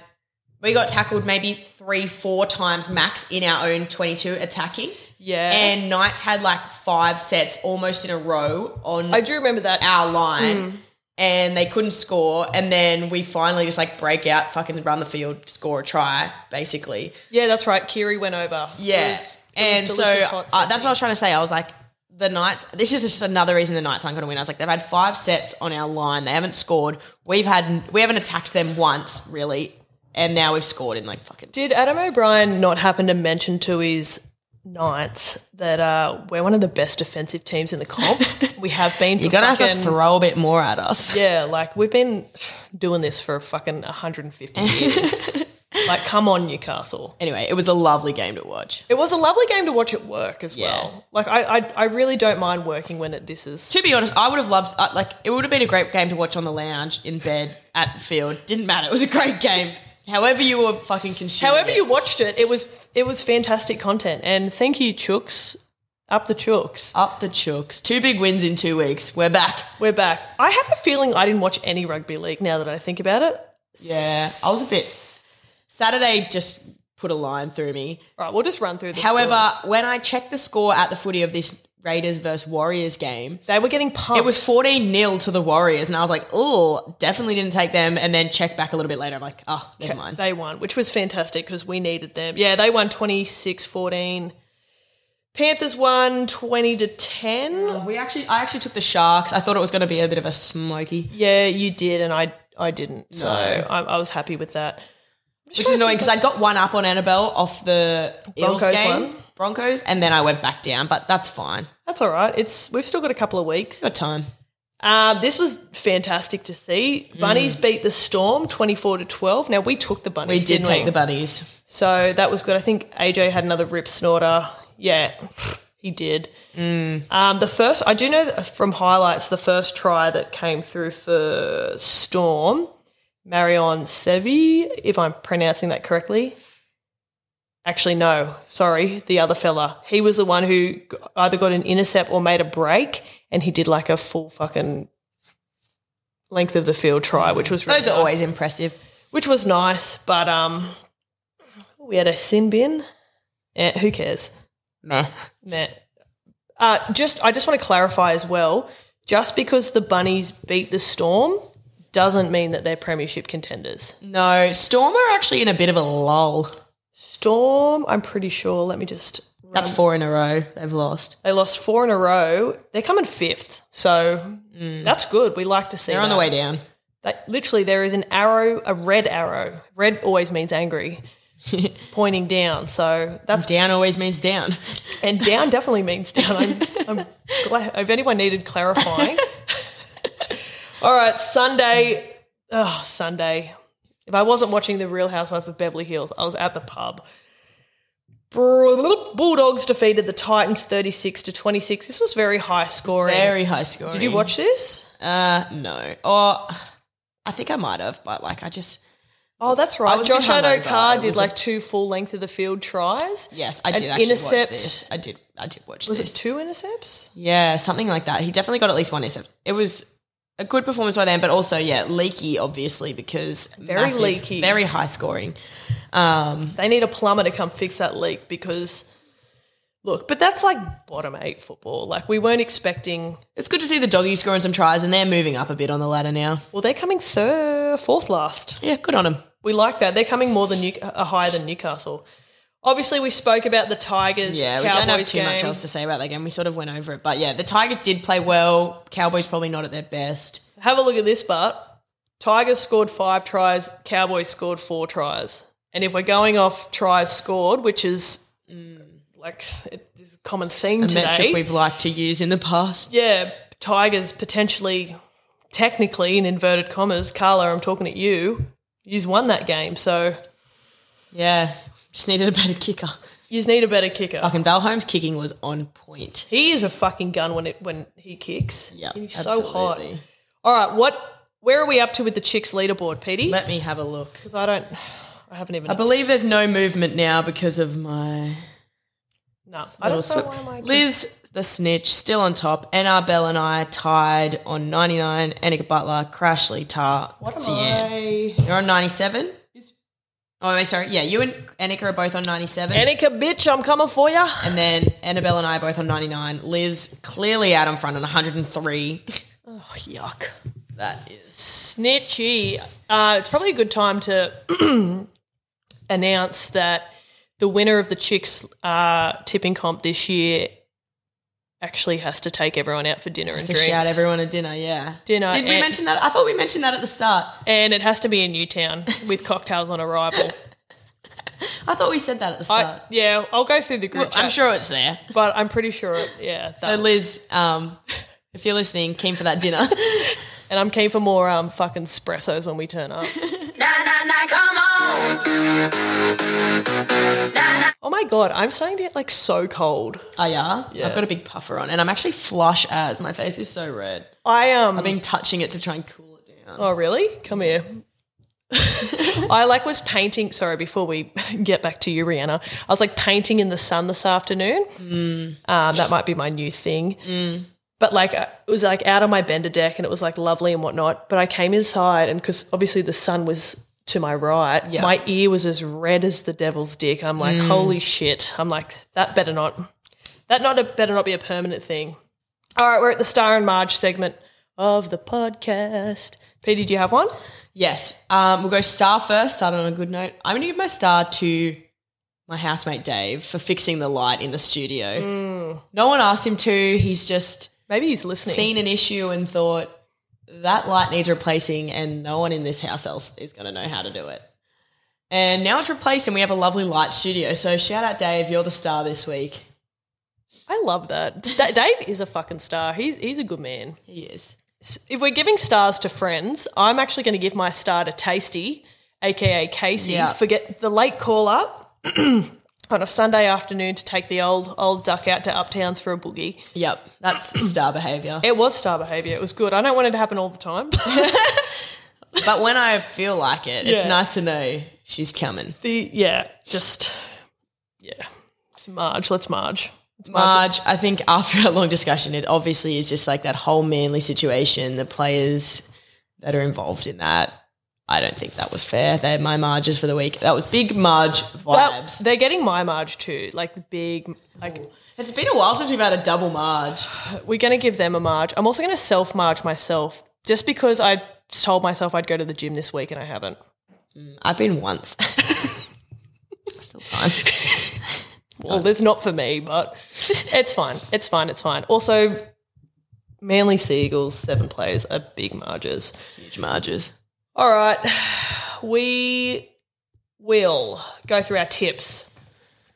S2: we got tackled maybe three, four times max in our own 22 attacking.
S1: Yeah.
S2: And Knights had like five sets almost in a row on
S1: I Mm. do remember that.
S2: our line. And they couldn't score, and then we finally just like break out, fucking run the field, score a try, basically.
S1: Yeah, that's right. Kiri went over.
S2: Yeah.
S1: It was- it was
S2: and so
S1: delicious hot
S2: uh,
S1: seat.
S2: that's what I was trying to say. I was like, the Knights, this is just another reason the Knights aren't going to win. I was like, they've had five sets on our line. They haven't scored. We've had, we haven't attacked them once, really. And now we've scored in like fucking.
S1: Did Adam O'Brien not happen to mention to his Knights that uh, we're one of the best defensive teams in the comp? we have been for
S2: You're going to
S1: fucking
S2: have to throw a bit more at us.
S1: yeah, like we've been doing this for fucking 150 years. like, come on, Newcastle.
S2: Anyway, it was a lovely game to watch.
S1: It was a lovely game to watch at work as
S2: Yeah.
S1: well. Like, I, I I really don't mind working when it, this is.
S2: To be honest, I would have loved, uh, like, it would have been a great game to watch on the lounge, in bed, at the field. Didn't matter. It was a great game. However, you were fucking consuming.
S1: However
S2: it.
S1: you watched it, it was it was fantastic content, and thank you, Chooks, up the Chooks.
S2: Up the chooks. Two big wins in two weeks. We're back.
S1: We're back. I have a feeling I didn't watch any rugby league now that I think about it.
S2: Yeah, I was a bit. Saturday just put a line through me.
S1: All right, we'll just run through the
S2: However,
S1: scores.
S2: when I checked the score at the footy of this Raiders versus Warriors game,
S1: they were getting pumped.
S2: it was 14 0 to the Warriors. And I was like, oh, definitely didn't take them. And then check back a little bit later. I'm like, oh, never mind.
S1: they won, which was fantastic because we needed them. Yeah, they won 26-14. Panthers won 20 to 10.
S2: we actually, I actually took the Sharks. I thought it was going to be a bit of a smoky,
S1: Yeah, you did and I I didn't. So I, I was happy with that.
S2: which is annoying because I got one up on Annabelle off the Eels
S1: Broncos
S2: game,
S1: one.
S2: Broncos, and then I went back down. But that's fine.
S1: That's all right. It's we've still got a couple of weeks.
S2: Got time.
S1: Um, this was fantastic to see.
S2: Mm.
S1: Bunnies beat the Storm 24 to 12. Now we took the
S2: We
S1: Bunnies.
S2: did
S1: didn't
S2: take
S1: we?
S2: the bunnies.
S1: So that was good. I think AJ had another rip snorter. Yeah, he did. Um, the first, I do know that from highlights, the first try that came through for Storm, Marion Sevi, if I'm pronouncing that correctly. Actually, no, sorry, the other fella. He was the one who g- either got an intercept or made a break, and he did like a full fucking length of the field try, which was really
S2: Those are
S1: nice
S2: always impressive.
S1: which was nice. But um, we had a sin bin. Eh, who cares?
S2: Meh.
S1: Meh. Uh, just I just want to clarify as well. just because the Bunnies beat the Storm doesn't mean that they're premiership contenders.
S2: No, Storm are actually in a bit of a lull.
S1: Storm, I'm pretty sure. Let me just.
S2: That's four in a row they've lost.
S1: They lost four in a row. They're coming fifth, so that's good. We like to see.
S2: Hmm. They're on the
S1: that.
S2: way down.
S1: That, literally, there is an arrow, a red arrow. Red always means angry, pointing down. So that's
S2: Down always means down.
S1: and down definitely means down. I'm, I'm glad if anyone needed clarifying. All right, Sunday. Oh, Sunday. If I wasn't watching The Real Housewives of Beverly Hills, I was at the pub. Bulldogs defeated the Titans 36 to 26. This was very high scoring.
S2: Very high scoring.
S1: Did you watch this?
S2: Uh, no. Or I think I might have, but like I just
S1: Oh, that's right.
S2: was a bit
S1: Josh
S2: hungover.
S1: Adokar
S2: It
S1: did
S2: was
S1: like two full length of the field tries.
S2: yes, I
S1: An
S2: did actually watch
S1: intercept-
S2: this. I did. I did watch
S1: Was it
S2: this.
S1: two intercepts?
S2: yeah, something like that. He definitely got at least one intercept. It was a good performance by them, but also yeah, leaky obviously because
S1: Very leaky.
S2: very high scoring.
S1: They need a plumber to come fix that leak because, look, but that's like bottom eight football. Like we weren't expecting.
S2: It's good to see the doggies scoring some tries, and they're moving up a bit on the ladder now.
S1: Well, they're coming third, fourth last.
S2: Yeah, good on them.
S1: We like that. They're coming more than New, uh, higher than Newcastle. Obviously, we spoke about the Tigers.
S2: Yeah, we
S1: Cowboys
S2: don't have too
S1: game.
S2: much else to say about that game. We sort of went over it, but yeah, the Tigers did play well. Cowboys probably not at their best.
S1: Have a look at this, but Tigers scored five tries. Cowboys scored four tries. And if we're going off tries scored, which is mm, like it is a common theme today,
S2: Metric we've liked to use in the past.
S1: yeah, Tigers potentially, technically, in inverted commas, Carla, I'm talking at you, you's won that game. So
S2: Yeah, just needed a better kicker.
S1: yous need a better kicker.
S2: Fucking Val Holmes kicking was on point.
S1: He is a fucking gun when it when he kicks.
S2: Yeah,
S1: he's so hot.
S2: absolutely.
S1: All right, what? Where are we up to with the chicks leaderboard, Petey?
S2: Let me have a look.
S1: Because I don't, I haven't even.
S2: I believe there's no movement now because of my
S1: No, I
S2: little
S1: don't know
S2: slip.
S1: why my
S2: Liz the snitch still on top. NR Bell and I tied on 99. Annika Butler, Crashly Tar,
S1: What am
S2: Cian.
S1: I?
S2: You're on 97. Oh, wait, sorry. Yeah, you and Annika are both on 97.
S1: Annika, bitch, I'm coming for ya.
S2: and then Annabelle and I are both on 99. Liz clearly out in front on 103.
S1: Oh, yuck.
S2: That is
S1: Snitchy. Uh, it's probably a good time to announce that the winner of the chicks uh, tipping comp this year actually has to take everyone out for dinner and
S2: to
S1: drinks.
S2: shout everyone at dinner, yeah.
S1: Dinner
S2: Did we
S1: and-
S2: mention that? I thought we mentioned that at the start.
S1: and it has to be in Newtown with cocktails on arrival.
S2: I thought we said that at the start.
S1: I, yeah, I'll go through the group
S2: Well, I'm
S1: chat,
S2: sure it's there.
S1: but I'm pretty sure, it, yeah.
S2: So
S1: That,
S2: Liz, um, if you're listening, keen for that dinner.
S1: and I'm keen for more um, fucking espressos when we turn up.
S3: Na na na, come on. Na na.
S1: oh my god, I'm starting to get like so cold.
S2: I are.
S1: Yeah.
S2: I've got a big puffer on, and I'm actually flush as my face is so red.
S1: I am. Um,
S2: I've been touching it to try and cool it down.
S1: Oh, really? Come here. I like was painting. Sorry, before we get back to you, Rihanna, I was like painting in the sun this afternoon. Um, that might be my new thing. But like, I- it was like out on my bender deck and it was like lovely and whatnot. But I came inside and because obviously the sun was to my right,
S2: Yeah.
S1: my ear was as red as the devil's dick. I'm like, holy shit. I'm like, that better not, that not a, better not be a permanent thing. All right, we're at the Star and Marge segment of the podcast. Petey, do you have one?
S2: Yes. Um, we'll go star first. Start on a good note. I'm going to give my star to my housemate Dave for fixing the light in the studio. No one asked him to. He's just
S1: Maybe he's listening.
S2: seen an issue and thought that light needs replacing, and no one in this house else is going to know how to do it. And now it's replaced, and we have a lovely light studio. So shout out Dave, you're the star this week.
S1: I love that. Sta- Dave is a fucking star. He's he's a good man.
S2: He is.
S1: S- If we're giving stars to friends, I'm actually going to give my star to Tasty, aka Casey,
S2: Yeah.
S1: for get the late call up on a Sunday afternoon to take the old old duck out to Uptowns for a boogie.
S2: Yep, that's star behavior.
S1: It was star behaviour. It was good. I don't want it to happen all the time.
S2: But when I feel like it, it's
S1: Yeah.
S2: nice to know she's coming.
S1: the yeah, just yeah. It's Marge. Let's Marge. It's
S2: Marge, I think after a long discussion, it obviously is just like that whole manly situation, the players that are involved in that. I don't think that was fair. They're my Marges for the week. That was big Marge
S1: Well,
S2: vibes.
S1: they're getting my Marge too, like the big, like
S2: It's been a while since we've had a double Marge.
S1: We're going to give them a marge. I'm also going to self marge myself just because I told myself I'd go to the gym this week and I haven't.
S2: I've been once. Still time.
S1: Well, it's not for me, but it's fine. It's fine. It's fine. Also, Manly Seagulls, seven players are big marges.
S2: Huge Marges.
S1: All right. We will go through our tips.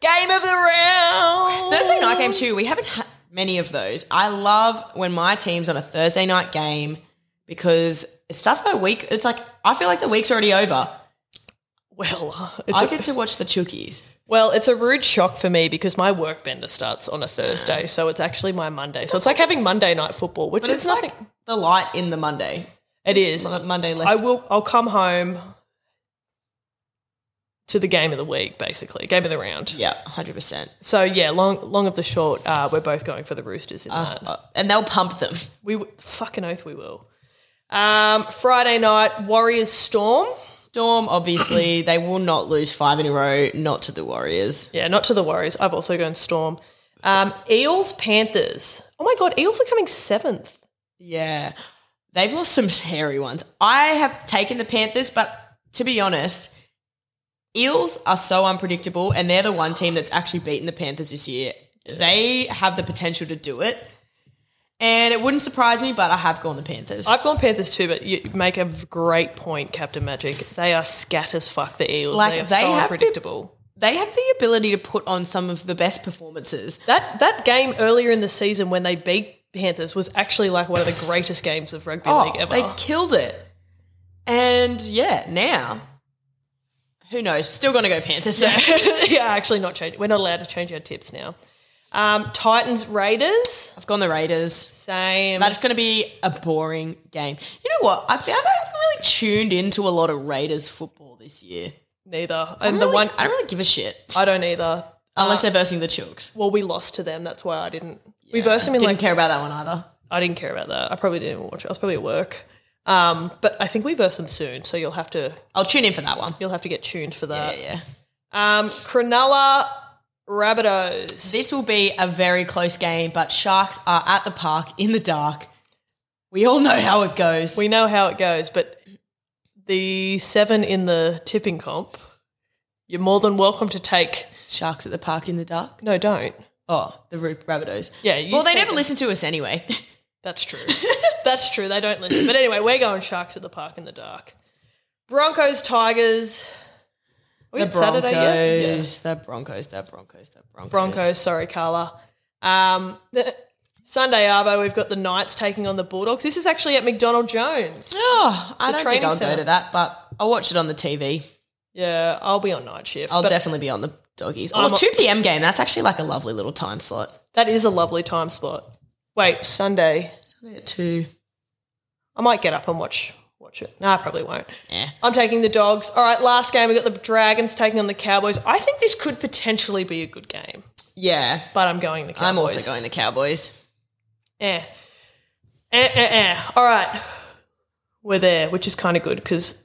S1: Game of the round.
S2: Thursday night game too. We haven't had many of those. I love when my team's on a Thursday night game because it starts my week. It's like I feel like the week's already over.
S1: Well, it's
S2: I
S1: a,
S2: get to watch the Chookies.
S1: well, it's a rude shock for me because my work bender starts on a
S2: Ah.
S1: Thursday, so it's actually my Monday. So it's like having Monday night football, which is
S2: It's
S1: nothing.
S2: like the light in the Monday.
S1: it is.
S2: Mon- Monday less.
S1: I will. I'll come home to the game of the week, basically game of the round.
S2: Yeah, hundred percent.
S1: So yeah, long long of the short, uh, we're both going for the Roosters
S2: Ah.
S1: in that.
S2: And they'll pump them.
S1: We w- fucking oath we will. Um, Friday night, Warriors Storm.
S2: Storm, obviously, they will not lose five in a row. Not to the Warriors.
S1: Yeah, not to the Warriors. I've also gone Storm. Um, Eels Panthers. Oh my god, Eels are coming seventh.
S2: Yeah. They've lost some hairy ones. I have taken the Panthers, but to be honest, Eels are so unpredictable, and they're the one team that's actually beaten the Panthers this year. They have the potential to do it. And it wouldn't surprise me, but I have gone the Panthers.
S1: I've gone Panthers too, but you make a v- great point, Captain Magic. They are scat as fuck. The Eels.
S2: Like,
S1: they are
S2: they
S1: so
S2: have the-
S1: unpredictable.
S2: they have the ability to put on some of the best performances.
S1: That that game earlier in the season when they beat Panthers was actually like one of the greatest games of rugby
S2: Oh,
S1: league ever.
S2: they killed it. And yeah, now, who knows? Still going to go Panthers. though.
S1: yeah, actually not change. We're not allowed to change our tips now. Um, Titans Raiders.
S2: I've gone the Raiders.
S1: Same.
S2: That's going to be a boring game. You know what? I found I haven't really tuned into a lot of Raiders football this year.
S1: neither.
S2: I
S1: And the
S2: really- Uh,
S1: one
S2: I don't really give a shit
S1: I don't either.
S2: unless they're versing the Chooks.
S1: Well, we lost to them. That's why I didn't. We versed them in
S2: Didn't
S1: like
S2: care about that one either.
S1: I didn't care about that. I probably didn't watch it. I was probably at work. Um, but I think we verse them soon, so you'll have to
S2: I'll tune in for that one.
S1: you'll have to get tuned for
S2: Yeah,
S1: that.
S2: yeah.
S1: Um, Cronulla Rabbitohs.
S2: This will be a very close game, but Sharks are at the park in the dark. We all know how it goes.
S1: We know how it goes, but the seven in the tipping comp, you're more than welcome to take.
S2: Sharks at the park in the dark.
S1: No, don't.
S2: Oh, the Ru- Rabbitohs.
S1: Yeah, you
S2: well, they
S1: said
S2: never
S1: it.
S2: listen to us anyway.
S1: That's true. That's true. They don't listen. But anyway, we're going sharks at the park in the dark. Broncos, Tigers. Are we
S2: the
S1: on Saturday yet? Yeah.
S2: Broncos. The Broncos. The Broncos. The Broncos.
S1: Broncos. Sorry, Carla. Um, Sunday Arbo, we've got the Knights taking on the Bulldogs. This is actually at McDonald Jones.
S2: Oh, I don't think
S1: training
S2: I'll
S1: centre.
S2: go to that, but I'll watch it on the TV.
S1: Yeah, I'll be on night shift.
S2: I'll
S1: but
S2: definitely be on the doggies. Oh, Or
S1: I'm-
S2: 2 p.m. game. That's actually like a lovely little time slot.
S1: that is a lovely time slot. Wait, Sunday.
S2: Sunday at 2.
S1: I might get up and watch watch it. No, I probably won't.
S2: Yeah.
S1: I'm taking the dogs. All right, last game we got the Dragons taking on the Cowboys. I think this could potentially be a good game,
S2: Yeah.
S1: but I'm going the Cowboys.
S2: I'm also going the Cowboys.
S1: Eh. Eh, eh, eh. All right, we're there, which is kind of good because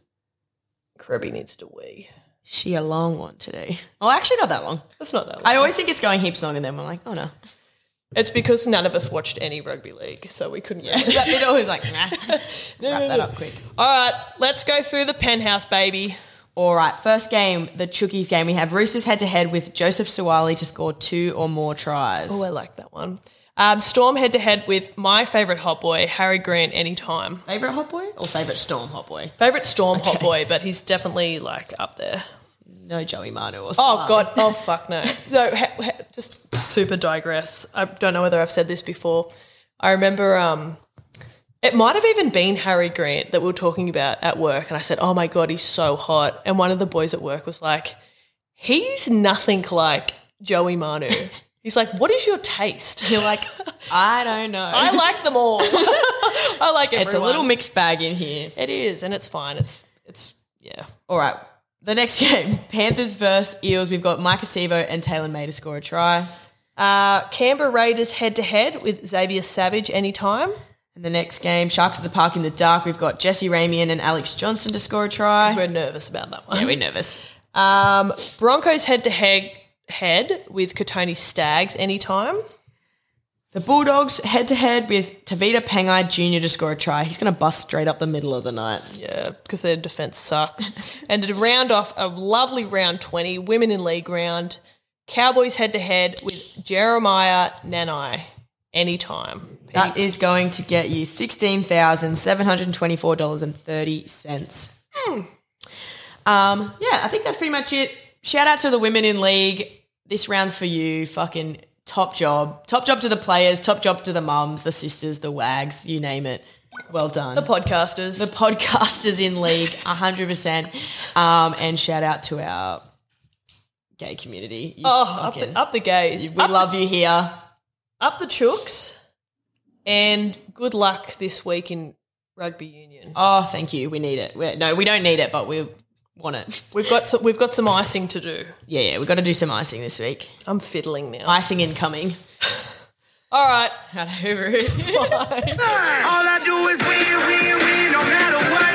S1: Kirby needs to wee.
S2: She a long one today. Oh, actually not that long.
S1: That's not that. Long.
S2: I always think it's going heaps long and then I'm like, oh no.
S1: it's because none of us watched any rugby league, so we couldn't.
S2: Yeah. that middle is like, nah. Wrap that up quick.
S1: All right, let's go through the penthouse, baby.
S2: All right, first game, the Chookies game. We have Roosters head to head with Joseph Suwali to score two or more tries.
S1: Oh, I like that one. Um, Storm head to head with my favourite hot boy, Harry Grant, anytime.
S2: Favorite hot boy or favorite Storm hot boy?
S1: Favourite Storm hot boy, but he's definitely like up there.
S2: No Joey Manu or
S1: Oh,
S2: Suaalii.
S1: God. Oh, fuck no. So, ha- ha- just super digress. I don't know whether I've said this before. I remember um, it might have even been Harry Grant that we were talking about at work. And I said, oh my God, he's so hot. And one of the boys at work was like, he's nothing like Joey Manu. He's like, what is your taste? You're like,
S2: I don't know.
S1: I like them all. I like everyone.
S2: It's a little mixed bag in here.
S1: It is, and it's fine. It's it's yeah.
S2: All right. The next game, Panthers versus Eels. We've got Mike Acevo and Taylor May to score a try.
S1: Uh, Canberra Raiders head to head with Xavier Savage anytime.
S2: And the next game, Sharks at the Park in the Dark. We've got Jesse Ramian and Alex Johnston to score a try.
S1: We're nervous about that one.
S2: Yeah, we're nervous.
S1: Um, Broncos head to head head with Katoni Stags anytime.
S2: The Bulldogs head to head with Tavita Pangai Jr. to score a try. He's going to bust straight up the middle of the Knights.
S1: Yeah, because their defense sucks. and to round off a lovely round 20, women in league round, Cowboys head to head with Jeremiah Nanai anytime.
S2: That is going to get you $16,724.30.
S1: Hmm.
S2: Um, yeah, I think that's pretty much it. Shout out to the women in league. This round's for you. Fucking top job. Top job to the players, top job to the mums, the sisters, the wags, you name it. Well done.
S1: The podcasters.
S2: the podcasters in league 100% um, and shout out to our gay community You
S1: oh, up
S2: fucking-
S1: the, up the gays.
S2: we
S1: up,
S2: love you here
S1: up the chooks. And good luck this week in rugby union.
S2: oh thank you we need it We're, no we don't need it but we want it
S1: We've got some, we've got some icing to do.
S2: yeah yeah we've got to do some icing this week
S1: I'm fiddling now.
S2: icing incoming
S1: All right.
S2: Out of Hoover.
S4: All I do is win, win, win, no matter what.